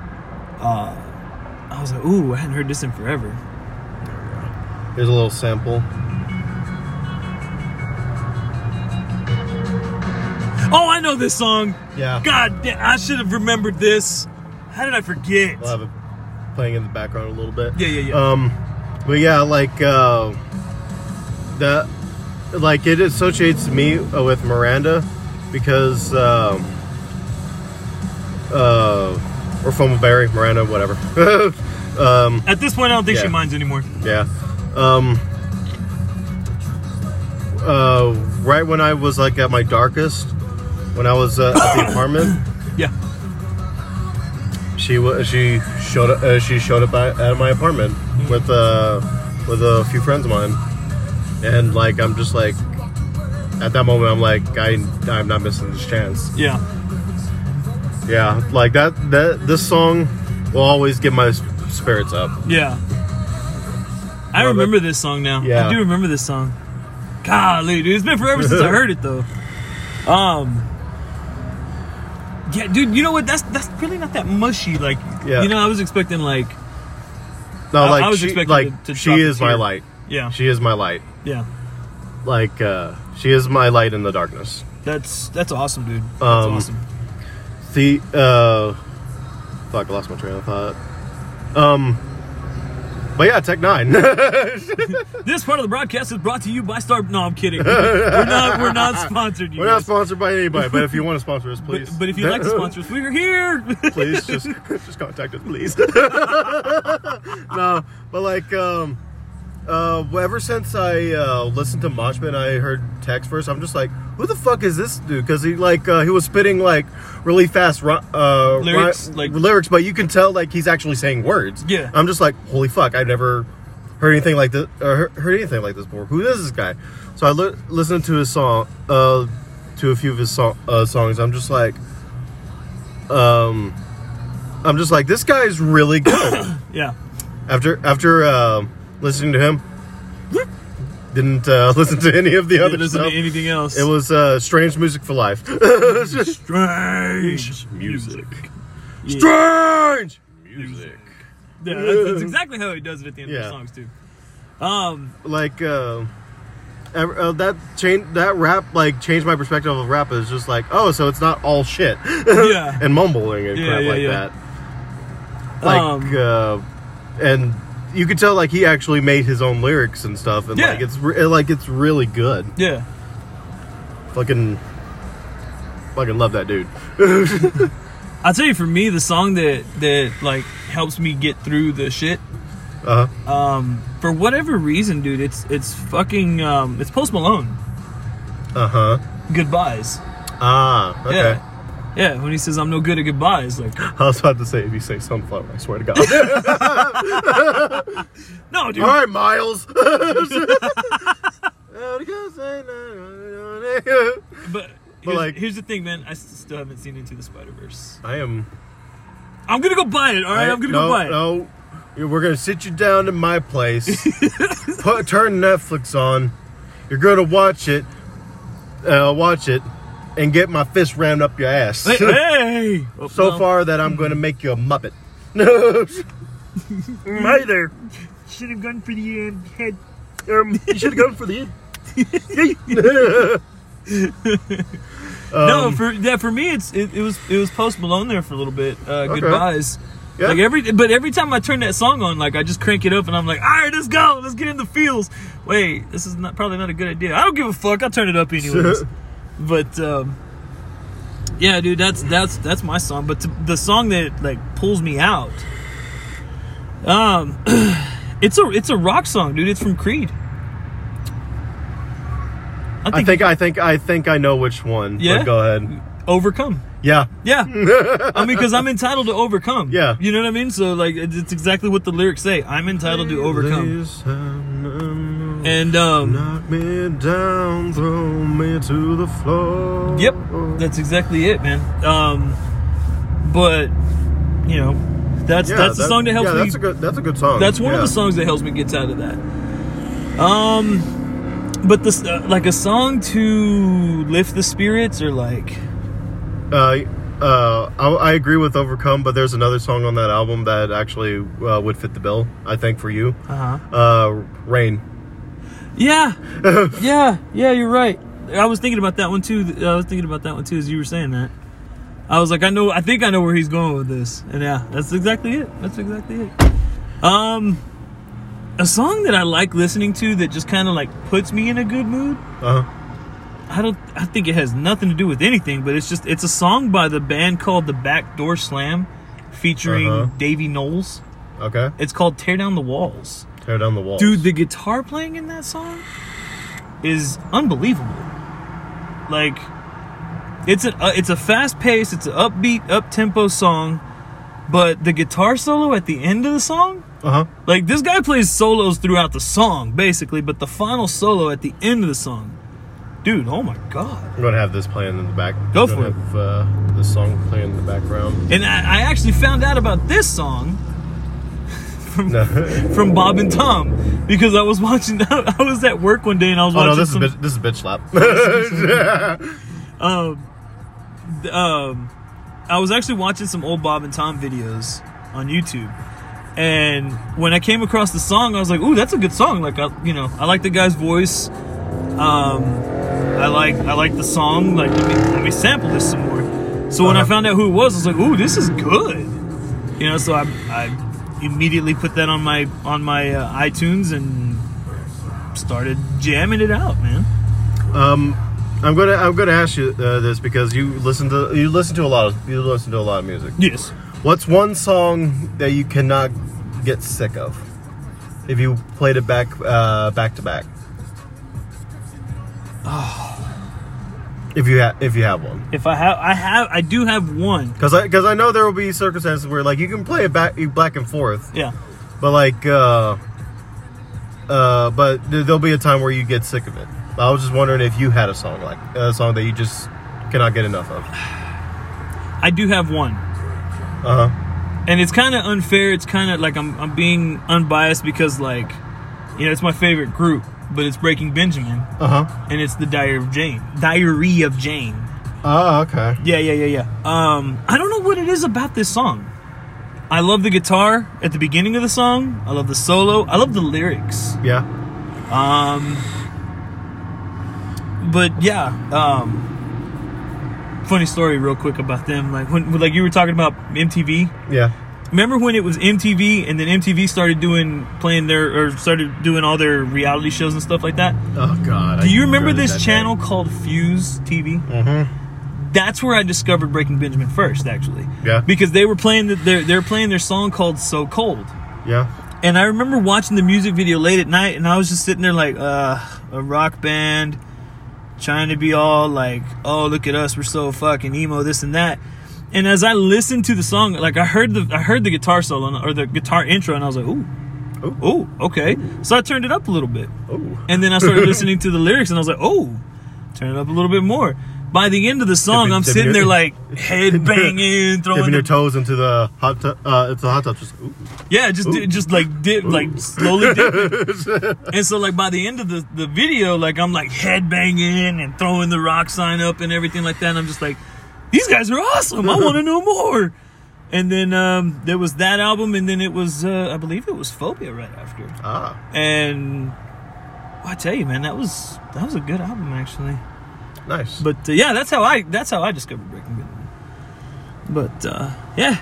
Speaker 2: Uh, I was like, ooh, I hadn't heard this in forever.
Speaker 1: Here's a little sample. Hmm.
Speaker 2: Oh, I know this song.
Speaker 1: Yeah.
Speaker 2: God damn, I should have remembered this. How did I forget?
Speaker 1: We'll have it playing in the background a little bit.
Speaker 2: Yeah, yeah, yeah.
Speaker 1: Um, but yeah, like uh, that, like it associates me uh, with Miranda because um, uh, or from Barry Miranda, whatever. um,
Speaker 2: At this point, I don't think she
Speaker 1: yeah.
Speaker 2: minds anymore.
Speaker 1: yeah. Um. Uh, right when I was like at my darkest, when I was uh, at the apartment,
Speaker 2: Yeah.
Speaker 1: She wa- she showed up. Uh, she showed up at, at my apartment
Speaker 2: Mm-hmm.
Speaker 1: with uh with a few friends of mine, and like I'm just like, at that moment I'm like I I'm not missing this chance.
Speaker 2: Yeah.
Speaker 1: Yeah, like that that this song will always get my s- spirits up.
Speaker 2: Yeah. I
Speaker 1: Love
Speaker 2: remember this song now.
Speaker 1: Yeah.
Speaker 2: I do remember this song. Golly, dude, it's been forever since I heard it though. Um. Yeah, dude, you know what? That's that's really not that mushy. Like,
Speaker 1: Yeah.
Speaker 2: you know, I was expecting like,
Speaker 1: No,
Speaker 2: I-
Speaker 1: like
Speaker 2: I was
Speaker 1: she,
Speaker 2: expecting
Speaker 1: like
Speaker 2: to- to
Speaker 1: she
Speaker 2: drop a
Speaker 1: is my
Speaker 2: tear.
Speaker 1: light.
Speaker 2: yeah,
Speaker 1: She is my light.
Speaker 2: yeah.
Speaker 1: Like uh, she is my light in the darkness.
Speaker 2: That's that's awesome, dude. That's
Speaker 1: Um,
Speaker 2: awesome.
Speaker 1: the uh fuck I lost my train of thought um but yeah tech nine
Speaker 2: This part of the broadcast is brought to you by Star. No, I'm kidding. we're not. We're not sponsored. You
Speaker 1: we're not
Speaker 2: guys.
Speaker 1: sponsored by anybody but if you want to sponsor us
Speaker 2: But,
Speaker 1: please
Speaker 2: but if you'd like to sponsor us, we're here.
Speaker 1: please just just contact us please no but like um uh ever since i uh listened to moshman i heard text first i'm just like who the fuck is this dude because he like uh, he was spitting like really fast ri- uh
Speaker 2: Lyrics,
Speaker 1: ri-
Speaker 2: like-
Speaker 1: lyrics but you can tell like he's actually saying words
Speaker 2: Yeah.
Speaker 1: i'm just like holy fuck i've never heard anything like this or heard- heard anything like this before who is this guy so i li- listened to his song uh to a few of his so- uh, songs i'm just like um i'm just like this guy's really good
Speaker 2: yeah.
Speaker 1: after after um listening to him didn't uh, listen to any of the
Speaker 2: Didn't
Speaker 1: other
Speaker 2: listen
Speaker 1: stuff
Speaker 2: to anything else.
Speaker 1: it was uh, strange music for life
Speaker 2: strange
Speaker 1: music
Speaker 2: Yeah.
Speaker 1: strange music
Speaker 2: Yeah, that's, that's exactly how he does it at the end of the
Speaker 1: Yeah.
Speaker 2: songs too. Um,
Speaker 1: like uh, ever, uh that change that rap like changed my perspective of rap is just like oh so it's not all shit
Speaker 2: Yeah.
Speaker 1: and mumbling and
Speaker 2: Yeah,
Speaker 1: crap
Speaker 2: yeah,
Speaker 1: like
Speaker 2: yeah.
Speaker 1: that like
Speaker 2: Um,
Speaker 1: uh and you could tell like he actually made his own lyrics and stuff and
Speaker 2: Yeah.
Speaker 1: like it's re- like it's really good
Speaker 2: yeah.
Speaker 1: fucking fucking love that dude
Speaker 2: I'll tell you, for me, the song that that like helps me get through the shit.
Speaker 1: uh
Speaker 2: Um, for whatever reason, dude, it's it's fucking um, it's Post Malone.
Speaker 1: uh-huh
Speaker 2: Goodbyes.
Speaker 1: ah okay
Speaker 2: Yeah. Yeah. When he says I'm no good at goodbyes, like
Speaker 1: i was about to say if you say sunflower i swear to god
Speaker 2: no, dude.
Speaker 1: All right, Miles. I
Speaker 2: But,
Speaker 1: But,
Speaker 2: here's,
Speaker 1: like-
Speaker 2: here's the thing, man. I s- still haven't seen Into the Spider Verse.
Speaker 1: am.
Speaker 2: I'm gonna go buy it. All right, I'm gonna
Speaker 1: no,
Speaker 2: go buy it.
Speaker 1: No, You- we're gonna sit you down in my place. put turn Netflix on. You're gonna watch it. Uh, watch it, and get my fist rammed up your ass.
Speaker 2: Hey, hey! Oh,
Speaker 1: so
Speaker 2: no.
Speaker 1: far that I'm gonna make you a muppet. No. Hi there.
Speaker 2: should have gone for the um, head.
Speaker 1: Um, you should have gone for the. end.
Speaker 2: no,
Speaker 1: Um,
Speaker 2: for yeah, for me, it's it, it was it was Post Malone there for a little bit. Uh,
Speaker 1: Okay.
Speaker 2: Goodbyes.
Speaker 1: Yeah.
Speaker 2: Like every, but every time I turn that song on, like I just crank it up and I'm like, all right, let's go, let's get in the feels. Wait, this is not probably not a good idea. I don't give a fuck. I'll turn it up anyways. but um, yeah, dude, that's that's that's my song. But t the song that like pulls me out, um, it's a it's a rock song, dude. It's from Creed. I
Speaker 1: I think I think I think I know which one. but
Speaker 2: Yeah?
Speaker 1: go ahead.
Speaker 2: overcome.
Speaker 1: Yeah.
Speaker 2: Yeah. I mean, because I'm entitled to overcome.
Speaker 1: Yeah.
Speaker 2: You know what I mean? So, like, it- it's exactly what the lyrics say. I'm entitled to overcome. And, um,
Speaker 1: uh, knock me down, throw me to the floor.
Speaker 2: yep, that's exactly it, man. Um, but you know, that's
Speaker 1: Yeah,
Speaker 2: that's the song that helps
Speaker 1: yeah,
Speaker 2: me.
Speaker 1: That's a good. That's a good song.
Speaker 2: That's one of
Speaker 1: Yeah.
Speaker 2: the songs that helps me gets out of that. Um, but this uh, like a song to lift the spirits or like
Speaker 1: Uh, uh, I, I agree with Overcome, but there's another song on that album that actually uh, would fit the bill. I think for you,
Speaker 2: uh huh.
Speaker 1: uh, Rain.
Speaker 2: Yeah, yeah, yeah. You're right. I was thinking about that one too. I was thinking about that one too as you were saying that. I was like, I know. I think I know where he's going with this. And yeah, that's exactly it. That's exactly it. Um, a song that I like listening to that just kind of like puts me in a good mood.
Speaker 1: Uh huh.
Speaker 2: I don't. I think it has nothing to do with anything, but it's just it's a song by the band called the Backdoor Slam, featuring
Speaker 1: Uh-huh.
Speaker 2: Davey Knowles.
Speaker 1: Okay.
Speaker 2: It's called "Tear Down the Walls."
Speaker 1: Tear down the wall,
Speaker 2: Dude, the guitar playing in that song is unbelievable. Like, it's a uh, it's a fast paced, it's an upbeat, up tempo song, but the guitar solo at the end of the song,
Speaker 1: Uh huh.
Speaker 2: like this guy plays solos throughout the song basically, but the final solo at the end of the song, dude, oh my god!
Speaker 1: I'm gonna have this playing in the back.
Speaker 2: Go
Speaker 1: I'm gonna
Speaker 2: for it.
Speaker 1: Have, uh, this song playing in the background.
Speaker 2: And I, I actually found out about this song
Speaker 1: No. oh
Speaker 2: from Bob and Tom because I was watching. I was at work Oh, one day and I was watching.
Speaker 1: Oh, no, this is
Speaker 2: some-
Speaker 1: bitch, this is bitch slap. yeah.
Speaker 2: um, th- um, I was actually watching some old Bob and Tom videos on YouTube, and when I came across the song, I was like, "Ooh, that's a good song!" Like, I, you know, I like the guy's voice. Um, I like I like the song. Like, let me, let me sample this some more. So when I
Speaker 1: Uh-huh.
Speaker 2: found out who it was, I was like, "Ooh, this is good." You know, so I, I immediately put that on my on my uh, iTunes and started jamming it out, man.
Speaker 1: Um, I'm gonna I'm gonna ask you uh, this because you listen to you listen to a lot of you listen to a lot of music.
Speaker 2: Yes.
Speaker 1: What's one song that you cannot get sick of if you played it back uh, back to back? If you ha- if you have one,
Speaker 2: If I have, I have, I do have one.
Speaker 1: because I because I know there will be circumstances where like you can play it back you back and forth,
Speaker 2: Yeah.
Speaker 1: but like uh, uh, but th- there'll be a time where you get sick of it. I was just wondering if you had a song like a song that you just cannot get enough of.
Speaker 2: I do have one.
Speaker 1: Uh huh.
Speaker 2: And it's kind of unfair. It's kind of like I'm, I'm being unbiased because, like, you know, it's my favorite group, but it's Breaking Benjamin.
Speaker 1: Uh huh.
Speaker 2: And it's the Diary of Jane. Diary of Jane.
Speaker 1: Oh, okay.
Speaker 2: Yeah, yeah, yeah, yeah. Um, I don't know what it is about this song. I love the guitar at the beginning of the song. I love the solo. I love the lyrics.
Speaker 1: Yeah.
Speaker 2: Um, but yeah, um, funny story real quick about them. Like when, like you were talking about MTV.
Speaker 1: Yeah.
Speaker 2: Remember when it was MTV and then MTV started doing playing their or started doing all their reality shows and stuff like that?
Speaker 1: Oh God.
Speaker 2: Do you remember this channel called Fuse TV?
Speaker 1: Mm-hmm.
Speaker 2: That's where I discovered Breaking Benjamin first, actually.
Speaker 1: Yeah.
Speaker 2: Because they were playing the, they're they're playing their song called So Cold.
Speaker 1: Yeah.
Speaker 2: And I remember watching the music video late at night, and I was just sitting there like, uh, a rock band trying to be all like, oh, look at us, we're so fucking emo, this and that. And as I listened to the song, like I heard the I heard the guitar solo and- or the guitar intro, and I was like, ooh,
Speaker 1: Ooh.
Speaker 2: ooh, okay. So I turned it up a little bit,
Speaker 1: Ooh.
Speaker 2: and then I started listening to the lyrics, and I was like, oh, turn it up a little bit more. By the end of the song,
Speaker 1: Dipping-
Speaker 2: I'm
Speaker 1: dipping
Speaker 2: sitting
Speaker 1: your-
Speaker 2: there like head banging, throwing
Speaker 1: Dipping
Speaker 2: the
Speaker 1: your toes into the hot tub. Uh, it's a hot tub. Just ooh.
Speaker 2: Yeah, just di- just like dip, like slowly dipping. and so like by the end of the, the video, like I'm like headbanging and throwing the rock sign up and everything like that. And I'm just like, these guys are awesome. I want to know more. And then um, there was that album, and then it was uh, I believe it was Phobia right after.
Speaker 1: Ah,
Speaker 2: And I tell you, man, that was that was a good album actually.
Speaker 1: nice.
Speaker 2: But uh, yeah, that's how I that's how I discovered Breaking Bad. But uh, yeah,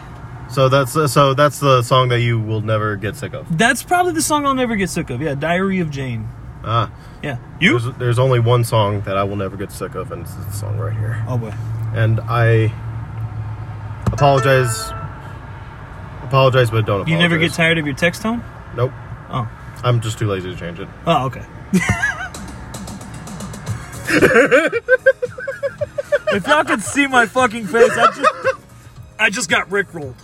Speaker 1: so that's uh, so that's the song that you will never get sick of.
Speaker 2: that's probably the song I'll never get sick of. Yeah, Diary of Jane.
Speaker 1: Ah,
Speaker 2: Yeah. You?
Speaker 1: There's, there's only one song that I will never get sick of, and it's this song right here.
Speaker 2: Oh boy.
Speaker 1: And I apologize, apologize, but don't. Apologize.
Speaker 2: You never get tired of your text tone?
Speaker 1: Nope.
Speaker 2: Oh.
Speaker 1: I'm just too lazy to change it.
Speaker 2: Oh, okay. if y'all could see my fucking face, I just I just got rickrolled.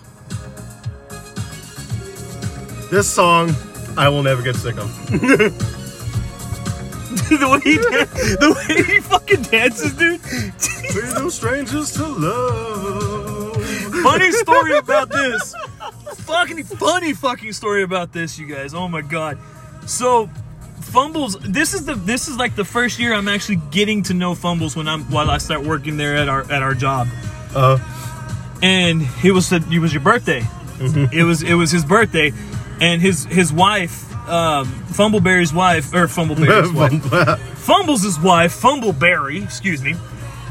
Speaker 1: This song, I will never get sick of.
Speaker 2: the way he dan- the way he fucking dances, dude.
Speaker 1: We're no strangers to love.
Speaker 2: funny story about this. Fucking funny fucking story about this, you guys. Oh my god. So fumbles this is the this is like the first year I'm actually getting to know fumbles when I'm while I start working there at our at our job.
Speaker 1: Uh,
Speaker 2: And he was said it was your birthday. It was it was his birthday and his his wife um, Fumbleberry's wife or Fumbleberry's wife Fumbles' his wife, Fumbleberry, excuse me,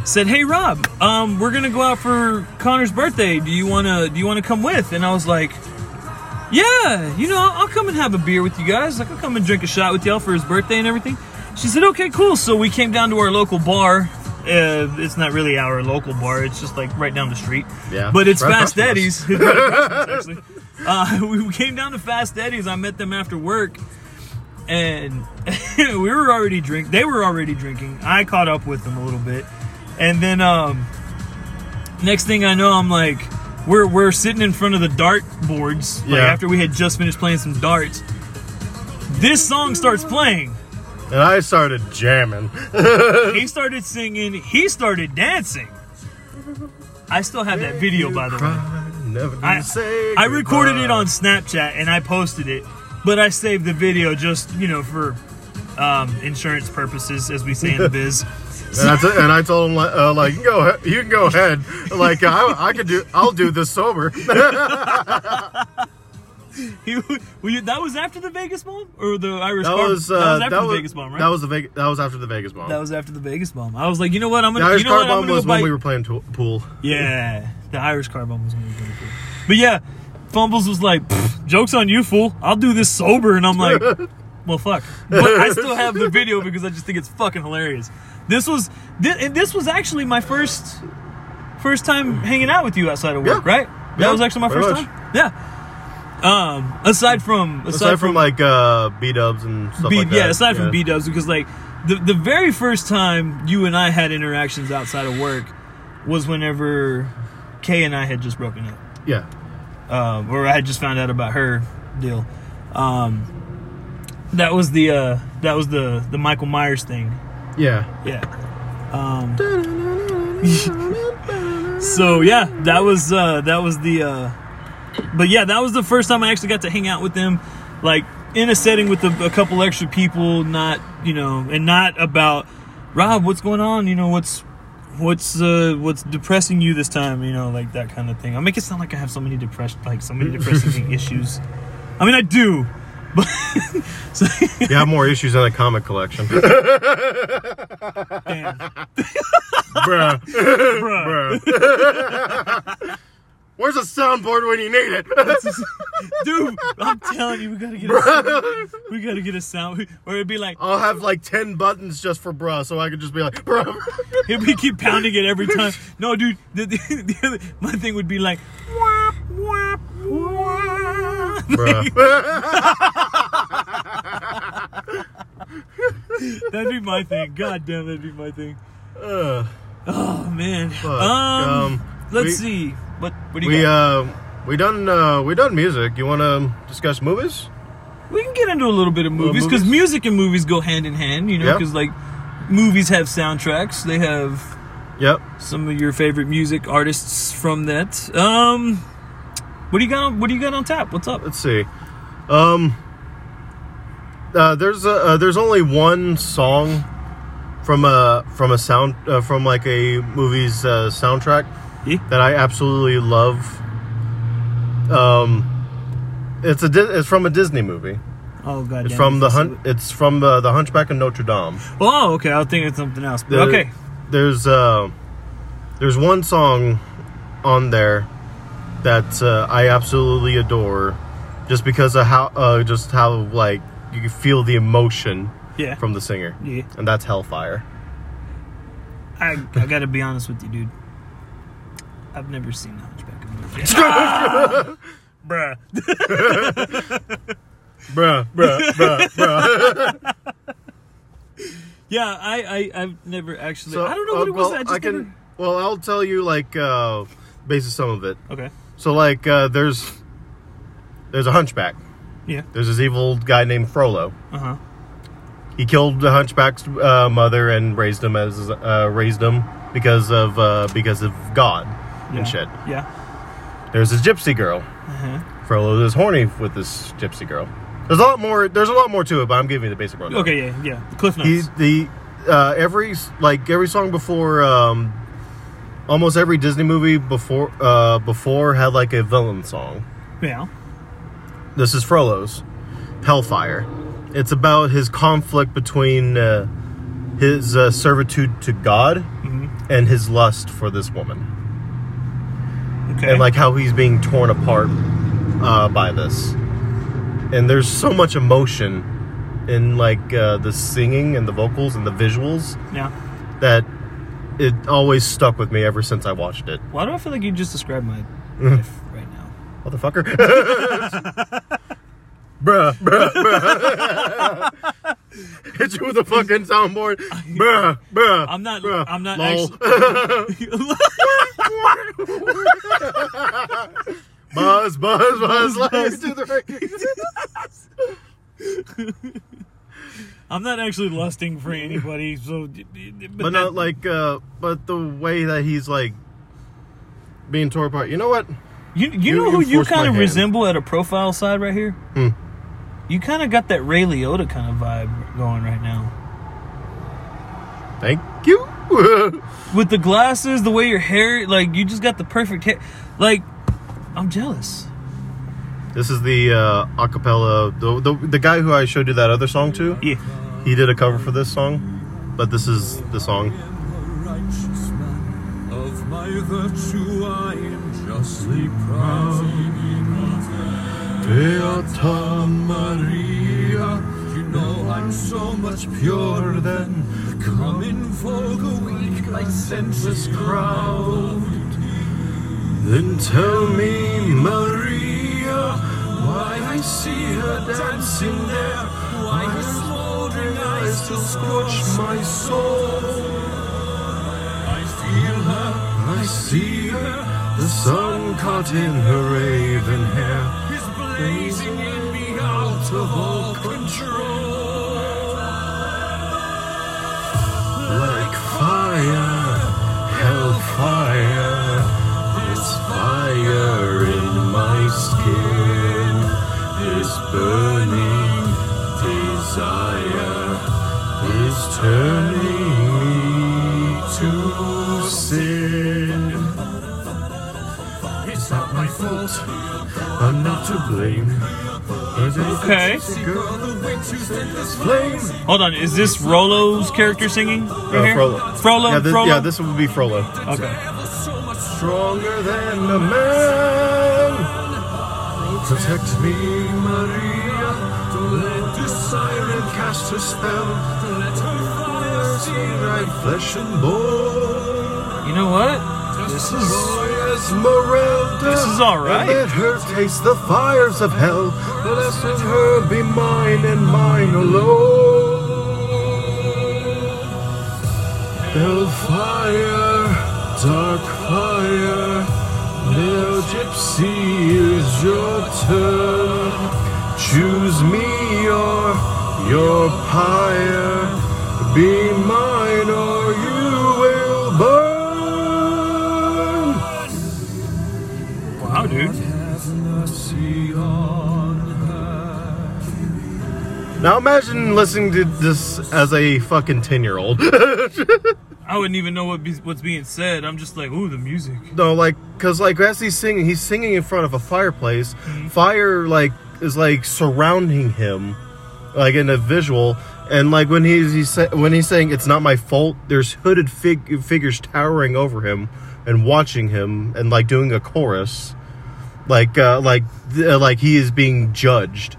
Speaker 2: said, "Hey Rob, um, we're gonna go out for Connor's birthday. Do you wanna do you wanna come with?" And I was like, "Yeah, you know, I'll come and have a beer with you guys. Like, I'll come and drink a shot with y'all for his birthday and everything." She said, "Okay, cool." So we came down to our local bar. Uh, it's not really our local bar. It's just like right down the street.
Speaker 1: Yeah.
Speaker 2: But it's
Speaker 1: Right across from
Speaker 2: Fast
Speaker 1: us.
Speaker 2: Eddie's. It's right across from us, actually. Uh, we came down to Fast Eddie's. I met them after work and we were already drink. They were already drinking. I caught up with them a little bit, and then um, next thing I know, I'm like, we're we're sitting in front of the dart boards. Like
Speaker 1: Yeah.
Speaker 2: after we had just finished playing some darts, this song starts playing.
Speaker 1: and I started jamming.
Speaker 2: He started singing. He started dancing. I still have that video, by the way.
Speaker 1: Never did
Speaker 2: I,
Speaker 1: say
Speaker 2: I recorded
Speaker 1: goodbye.
Speaker 2: it on Snapchat and I posted it, but I saved the video just you know for um, insurance purposes, as we say in the biz.
Speaker 1: and I, t- and I told him like, uh, like you can go ahe- you can go ahead like I, I could do I'll do this sober
Speaker 2: He- were you- that was after the Vegas bomb or the Irish
Speaker 1: that
Speaker 2: bar-
Speaker 1: was uh,
Speaker 2: after
Speaker 1: that
Speaker 2: the
Speaker 1: was
Speaker 2: Vegas bomb, right?
Speaker 1: that was the Vegas, that was after the Vegas bomb
Speaker 2: That was after the Vegas bomb. I was like, you know what? I'm
Speaker 1: the
Speaker 2: gonna.
Speaker 1: Irish
Speaker 2: you know
Speaker 1: car
Speaker 2: what? I'm
Speaker 1: bomb
Speaker 2: gonna
Speaker 1: was
Speaker 2: go buy-
Speaker 1: when we were playing to- pool
Speaker 2: Yeah, the Irish car bomb was when we were going for. But yeah, Fumbles was like, "Pfft, "Jokes on you, fool! I'll do this sober," and I'm like, "Well, fuck." But I still have the video because I just think it's fucking hilarious. This was this, and this was actually my first first time hanging out with you outside of work,
Speaker 1: Yeah.
Speaker 2: right? That
Speaker 1: Yeah,
Speaker 2: was actually my
Speaker 1: pretty
Speaker 2: first
Speaker 1: much.
Speaker 2: time. Yeah. Um, aside from aside,
Speaker 1: aside from like uh, B Dubs and stuff
Speaker 2: B,
Speaker 1: like that
Speaker 2: yeah, aside from B Dubs, because like the the very first time you and I had interactions outside of work was whenever Kay and I had just broken up,
Speaker 1: yeah
Speaker 2: uh, or I had just found out about her deal. Um, that was the uh, that was the the Michael Myers thing.
Speaker 1: yeah
Speaker 2: Yeah. Um, so yeah, that was uh, that was the. Uh, but yeah, that was the first time I actually got to hang out with them, like in a setting with a, a couple extra people, not you know, and not about Rob. What's going on? You know, what's what's uh, what's depressing you this time? You know, like that kind of thing. I make it sound like I have so many depression, like so many depressing issues. I mean, I do, but so,
Speaker 1: you have more issues than a comic collection
Speaker 2: damn,
Speaker 1: bruh
Speaker 2: bruh.
Speaker 1: bruh where's the soundboard when you need it
Speaker 2: dude. I'm telling you, we gotta get a sound. we gotta get a sound, or it'd be like
Speaker 1: I'll have like ten buttons just for bruh so I could just be like bruh
Speaker 2: if we keep pounding it every time. No, dude, the, the, the other, my thing would be like, wah, wah, wah.
Speaker 1: bruh
Speaker 2: that'd be my thing. God damn, that'd be my thing.
Speaker 1: Ugh.
Speaker 2: Oh man.
Speaker 1: Fuck,
Speaker 2: Um,
Speaker 1: um,
Speaker 2: let's
Speaker 1: we-
Speaker 2: see. What what do you
Speaker 1: We
Speaker 2: got?
Speaker 1: uh, we done uh, we done music. You want to discuss movies?
Speaker 2: we can get into a little bit of movies because
Speaker 1: uh, movies?
Speaker 2: music and movies go hand in hand. You know,
Speaker 1: Yeah.
Speaker 2: because like movies have soundtracks. They have
Speaker 1: Yep.
Speaker 2: some of your favorite music artists from that. Um, what do you got? On, what do you got on tap? What's up?
Speaker 1: Let's see. Um, uh, there's a, uh, there's only one song from a from a sound uh, from like a movie's uh, soundtrack
Speaker 2: Yeah.
Speaker 1: that I absolutely love. Um, it's a Di- it's from a Disney movie.
Speaker 2: Oh god,
Speaker 1: It's from the hunt. It's from uh, the the Hunchback of Notre Dame.
Speaker 2: Oh, okay. I was thinking of something else. But
Speaker 1: There-
Speaker 2: okay,
Speaker 1: There's uh, there's one song on there that uh, I absolutely adore, just because of how uh, just how like you can feel the emotion
Speaker 2: yeah.
Speaker 1: from the singer,
Speaker 2: yeah.
Speaker 1: and that's Hellfire.
Speaker 2: I, I gotta be honest with you, dude. I've never seen the Hunchback of Notre Dame. Bruh.
Speaker 1: Bruh, bruh, bruh, bruh.
Speaker 2: Yeah, I, I I've never actually. I don't know what
Speaker 1: uh,
Speaker 2: it was.
Speaker 1: well,
Speaker 2: that I just
Speaker 1: can.
Speaker 2: never-
Speaker 1: Well, I'll tell you like uh, basis some of it.
Speaker 2: Okay.
Speaker 1: So like uh, there's there's a hunchback.
Speaker 2: Yeah.
Speaker 1: There's this evil guy named Frollo.
Speaker 2: Uh huh.
Speaker 1: he killed the hunchback's uh, mother and raised him as uh, raised him because of uh, because of God
Speaker 2: Yeah.
Speaker 1: and shit.
Speaker 2: Yeah.
Speaker 1: There's this gypsy girl. Frollo is horny with this gypsy girl. There's a lot more. There's a lot more to it, but I'm giving you the basic rundown.
Speaker 2: Okay, yeah, yeah. The Cliff notes.
Speaker 1: He's the uh, every like every song before um, almost every Disney movie before uh, before had like a villain song.
Speaker 2: yeah.
Speaker 1: This is Frollo's Hellfire. It's about his conflict between uh, his uh, servitude to God and his lust for this woman.
Speaker 2: Okay.
Speaker 1: and like how he's being torn apart uh, by this. And there's so much emotion in like uh, the singing and the vocals and the visuals
Speaker 2: yeah.
Speaker 1: that it always stuck with me ever since I watched it.
Speaker 2: Why do I feel like you just described my
Speaker 1: Mm-hmm.
Speaker 2: life right now?
Speaker 1: Motherfucker. bruh, bruh, bruh. Hit you with a fucking soundboard. Bruh, bruh.
Speaker 2: I'm not.
Speaker 1: bruh,
Speaker 2: I'm not
Speaker 1: lol.
Speaker 2: actually.
Speaker 1: Buzz, buzz, buzz. Let's do the record.
Speaker 2: I'm not actually lusting for anybody. So, but,
Speaker 1: but
Speaker 2: that-
Speaker 1: not like uh but the way that he's like being torn apart you know what
Speaker 2: You, you,
Speaker 1: You-
Speaker 2: know
Speaker 1: you
Speaker 2: who you
Speaker 1: forced my
Speaker 2: kind of
Speaker 1: hand. Hmm.
Speaker 2: resemble at a profile side right here? You kind of got that Ray Liotta kind of vibe going right now.
Speaker 1: thank you
Speaker 2: With the glasses, the way your hair, like, you just got the perfect hair. Like, I'm jealous.
Speaker 1: this is the uh acapella the, the the guy who i showed you that other song to
Speaker 2: Yeah.
Speaker 1: he did a cover for this song but this is the song
Speaker 4: righteous man. Of my virtue I am justly proud. Beata Maria, you know I'm so much purer than common folk, a weak, licentious crowd. Then tell me, Maria, why I see her dancing there, why her smoldering eyes still scorch my soul. I feel her, I see her, the sun caught in her raven hair is blazing in me out of all control. Like fire, hellfire, this fire in my skin, this burning desire is turning me to sin. It's not my fault. I'm not to blame.
Speaker 2: Okay.
Speaker 4: Blame.
Speaker 2: Hold on. Is this Rolo's character singing? Right
Speaker 1: uh,
Speaker 2: here?
Speaker 1: frollo
Speaker 2: Frollo.
Speaker 1: yeah this,
Speaker 2: Frollo?
Speaker 1: yeah this would be frollo
Speaker 2: Okay.
Speaker 4: Stronger
Speaker 1: stronger than a man
Speaker 4: Protect me, Maria. Don't let this siren cast her spell. Don't let her fire see right flesh and bone.
Speaker 2: You know what? This is.
Speaker 4: Destroy Esmeralda.
Speaker 2: This is all right.
Speaker 4: And let her taste the fires of hell. Blessed her be mine and mine alone. Hellfire, dark fire. Now, gypsy, is your turn. Choose me or your pyre. Be mine or you will burn.
Speaker 1: Oh,
Speaker 2: Wow, dude.
Speaker 4: Mercy on her.
Speaker 1: now imagine listening to this as a fucking 10 year old
Speaker 2: I wouldn't even know what be, what's being said. I'm just like, ooh, the music.
Speaker 1: No, like, cause like as he's singing, he's singing in front of a fireplace.
Speaker 2: Mm-hmm.
Speaker 1: Fire like is like surrounding him, like in a visual. And like when he's he's sa- when he's saying it's not my fault, there's hooded fig- figures towering over him and watching him and like doing a chorus, like uh, like th- uh, like he is being judged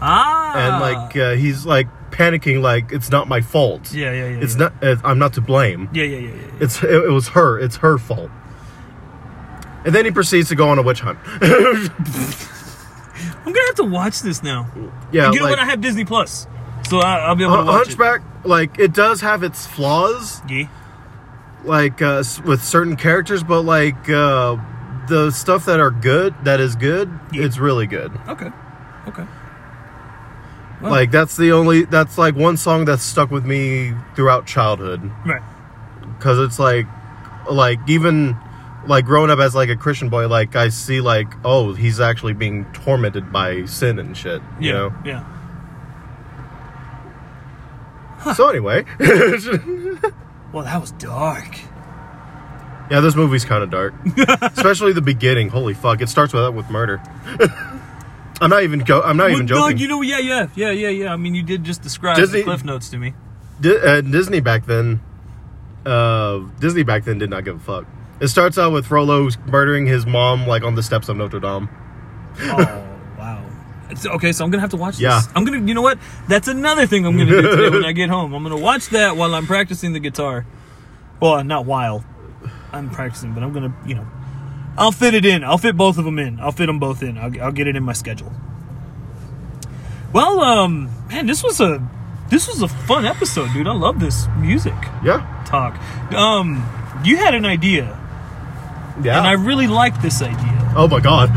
Speaker 2: Ah.
Speaker 1: and like uh, he's like panicking, like it's not my fault.
Speaker 2: Yeah, yeah, yeah.
Speaker 1: It's
Speaker 2: yeah.
Speaker 1: not. uh, I'm not to blame.
Speaker 2: Yeah, yeah, yeah, yeah. yeah.
Speaker 1: It's it, it was her. It's her fault. And then he proceeds to go on a witch hunt.
Speaker 2: I'm gonna have to watch this now.
Speaker 1: yeah,
Speaker 2: you know
Speaker 1: like,
Speaker 2: what? I have Disney Plus, so I, I'll be able to
Speaker 1: Hun-
Speaker 2: watch
Speaker 1: Hunchback, like it does have its flaws,
Speaker 2: it. Yeah.
Speaker 1: like uh, s- with certain characters, but like uh, the stuff that are good, that is good,
Speaker 2: Yeah.
Speaker 1: it's really good.
Speaker 2: Okay. Okay. Wow.
Speaker 1: Like that's the only that's like one song that's stuck with me throughout childhood
Speaker 2: Right.
Speaker 1: because it's like like even like growing up as like a Christian boy, like I see like oh he's actually being tormented by sin and shit. You
Speaker 2: yeah,
Speaker 1: know.
Speaker 2: yeah.
Speaker 1: So anyway,
Speaker 2: Well, that was dark.
Speaker 1: yeah, this movie's kind of dark, especially the beginning. Holy fuck! It starts with with murder. I'm not even. Go- I'm not
Speaker 2: Well,
Speaker 1: even joking.
Speaker 2: No, you know, yeah, yeah, yeah, yeah, yeah. I mean, you did just describe
Speaker 1: Disney-
Speaker 2: the cliff notes to me.
Speaker 1: Di- uh, Disney back then, uh, Disney back then did not give a fuck. It starts out with Frollo murdering his mom like on the steps of Notre Dame.
Speaker 2: Oh wow. It's, okay, so I'm gonna have to watch
Speaker 1: Yeah.
Speaker 2: this. I'm gonna, you know what? That's another thing I'm gonna do today when I get home. I'm gonna watch that while I'm practicing the guitar. Well, not while I'm practicing, but I'm gonna, you know, I'll fit it in. I'll fit both of them in. I'll fit them both in. I'll, I'll get it in my schedule. Well, um, man, this was a this was a fun episode, dude. I love this music
Speaker 1: Yeah,
Speaker 2: talk. Um, you had an idea,
Speaker 1: yeah.
Speaker 2: and I really like this idea.
Speaker 1: oh my god.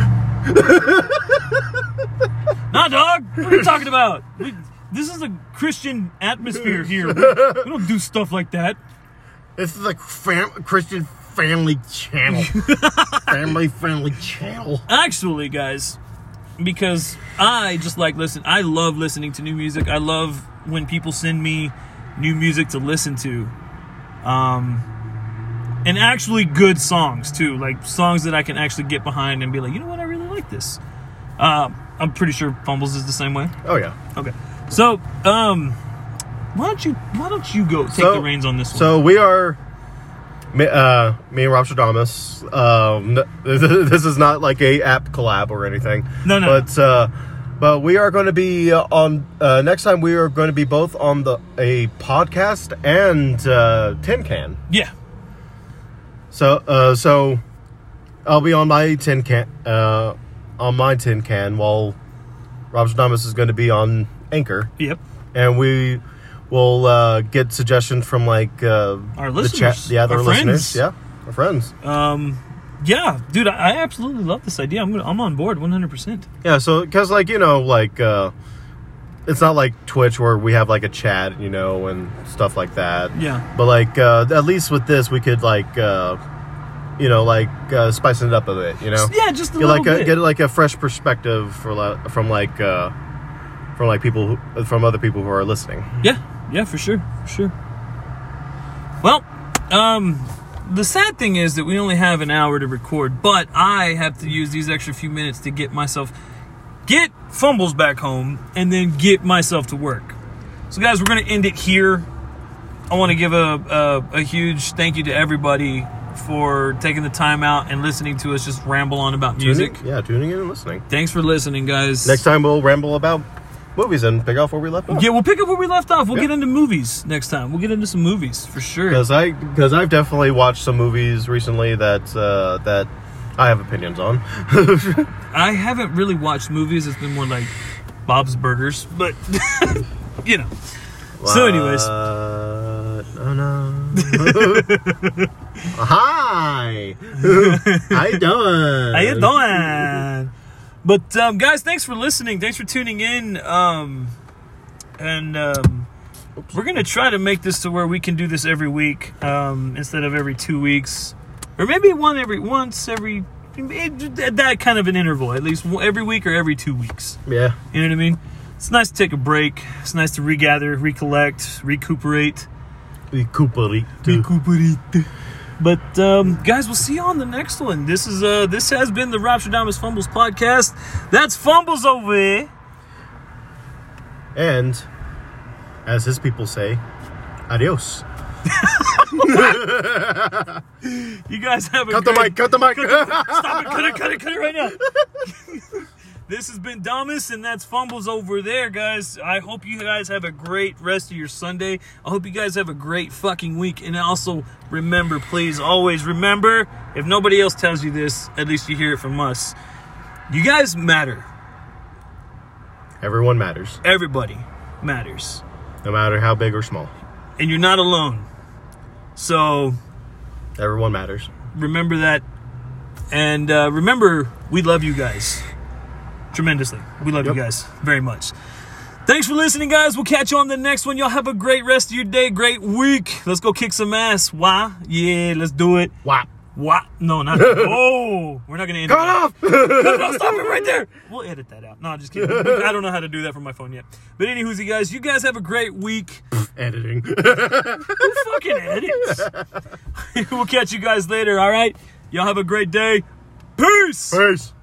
Speaker 2: Nah, dog. What are you talking about? We, this is a Christian atmosphere here. We, we don't do stuff like that.
Speaker 1: This is a fam- Christian family channel. family friendly channel.
Speaker 2: Actually, guys, because I just like listen. I love listening to new music. I love when people send me new music to listen to, um, and actually good songs too, like songs that I can actually get behind and be like, you know what, I really like this. Uh, I'm pretty sure Fumbles is the same way.
Speaker 1: Oh yeah.
Speaker 2: Okay. So, um, why don't you why don't you go take
Speaker 1: So-
Speaker 2: the reins on this one?
Speaker 1: So we are. Me, uh, me and Rob Stradamus, um, n- this is not like a app collab or anything.
Speaker 2: No, no.
Speaker 1: But uh, but we are going to be uh, on uh, next time. We are going to be both on the a podcast and uh, Tin Can.
Speaker 2: yeah.
Speaker 1: So uh, so I'll be on my tin can uh, on my tin can while Rob Stradamus is going to be on Anchor,
Speaker 2: Yep.
Speaker 1: and we will uh, get suggestions from like uh,
Speaker 2: Our
Speaker 1: the
Speaker 2: listeners,
Speaker 1: the other
Speaker 2: our
Speaker 1: listeners,
Speaker 2: friends.
Speaker 1: yeah, our friends.
Speaker 2: Um, yeah, dude, I, I absolutely love this idea. I'm gonna, I'm on board 100. percent
Speaker 1: yeah, so because like you know like uh, it's not like Twitch where we have like a chat, you know, and stuff like that.
Speaker 2: Yeah.
Speaker 1: But like uh, at least with this, we could like uh, you know like uh, spicing it up a bit, you know.
Speaker 2: Yeah, just a
Speaker 1: get
Speaker 2: little
Speaker 1: Oh. like
Speaker 2: bit.
Speaker 1: a, get like a fresh perspective for li- from like uh, from like people who, from other people who are listening.
Speaker 2: yeah, yeah, for sure, for sure. Well, um, the sad thing is that we only have an hour to record, but I have to use these extra few minutes to get myself get fumbles back home and then get myself to work. So, guys, we're going to end it here. I want to give a, a, a huge thank you to everybody for taking the time out and listening to us just ramble on about music.
Speaker 1: Tuning, yeah, tuning in and listening.
Speaker 2: Thanks for listening, guys.
Speaker 1: Next time we'll ramble about movies and pick off where we left off.
Speaker 2: Yeah, we'll pick up where we left off. We'll
Speaker 1: Yeah.
Speaker 2: get into movies next time. We'll get into some movies for sure.
Speaker 1: Because I because I've definitely watched some movies recently that uh, that I have opinions on.
Speaker 2: I haven't really watched movies. It's been more like Bob's Burgers, but you know. So, anyways.
Speaker 1: Uh, oh no. Hi. How you doing?
Speaker 2: How you doing? But um, guys, thanks for listening. Thanks for tuning in. Um, and um, we're gonna try to make this to where we can do this every week um, instead of every two weeks, or maybe one every once every it- that kind of an interval, at least one- every week or every two weeks.
Speaker 1: Yeah.
Speaker 2: You know what I mean? It's nice to take a break. It's nice to regather, recollect, recuperate.
Speaker 1: Recuperate.
Speaker 2: Recuperate. But um, guys, we'll see you on the next one. This is uh, this has been the Rapturdamus Fumbles podcast. That's Fumbles over here.
Speaker 1: And as his people say, adios.
Speaker 2: You guys have a
Speaker 1: Cut the
Speaker 2: great-
Speaker 1: mic, cut the mic.
Speaker 2: Stop it! Cut it! Cut it! Cut it right now. this has been Damas, and that's Fumbles over there, guys. I hope you guys have a great rest of your Sunday. I hope you guys have a great fucking week, and also remember, please, always remember. If nobody else tells you this, at least you hear it from us. You guys matter.
Speaker 1: Everyone matters,
Speaker 2: Everybody matters,
Speaker 1: no matter how big or small.
Speaker 2: and you're not alone. So
Speaker 1: Everyone matters.
Speaker 2: remember that and uh, remember we love you guys tremendously we love you
Speaker 1: Yep.
Speaker 2: guys very much thanks for listening guys we'll catch you on the next one y'all have a great rest of your day great week let's go kick some ass why yeah let's do it
Speaker 1: Wow.
Speaker 2: What? No, not. oh, we're not gonna end. it
Speaker 1: Cut
Speaker 2: there.
Speaker 1: off!
Speaker 2: no, stop it right there. We'll edit that out. No, just kidding. I don't know how to do that from my phone yet. But anywho's, you guys, you guys have a great week.
Speaker 1: Editing.
Speaker 2: Who fucking edits? we'll catch you guys later. All right, y'all have a great day. Peace.
Speaker 1: Peace.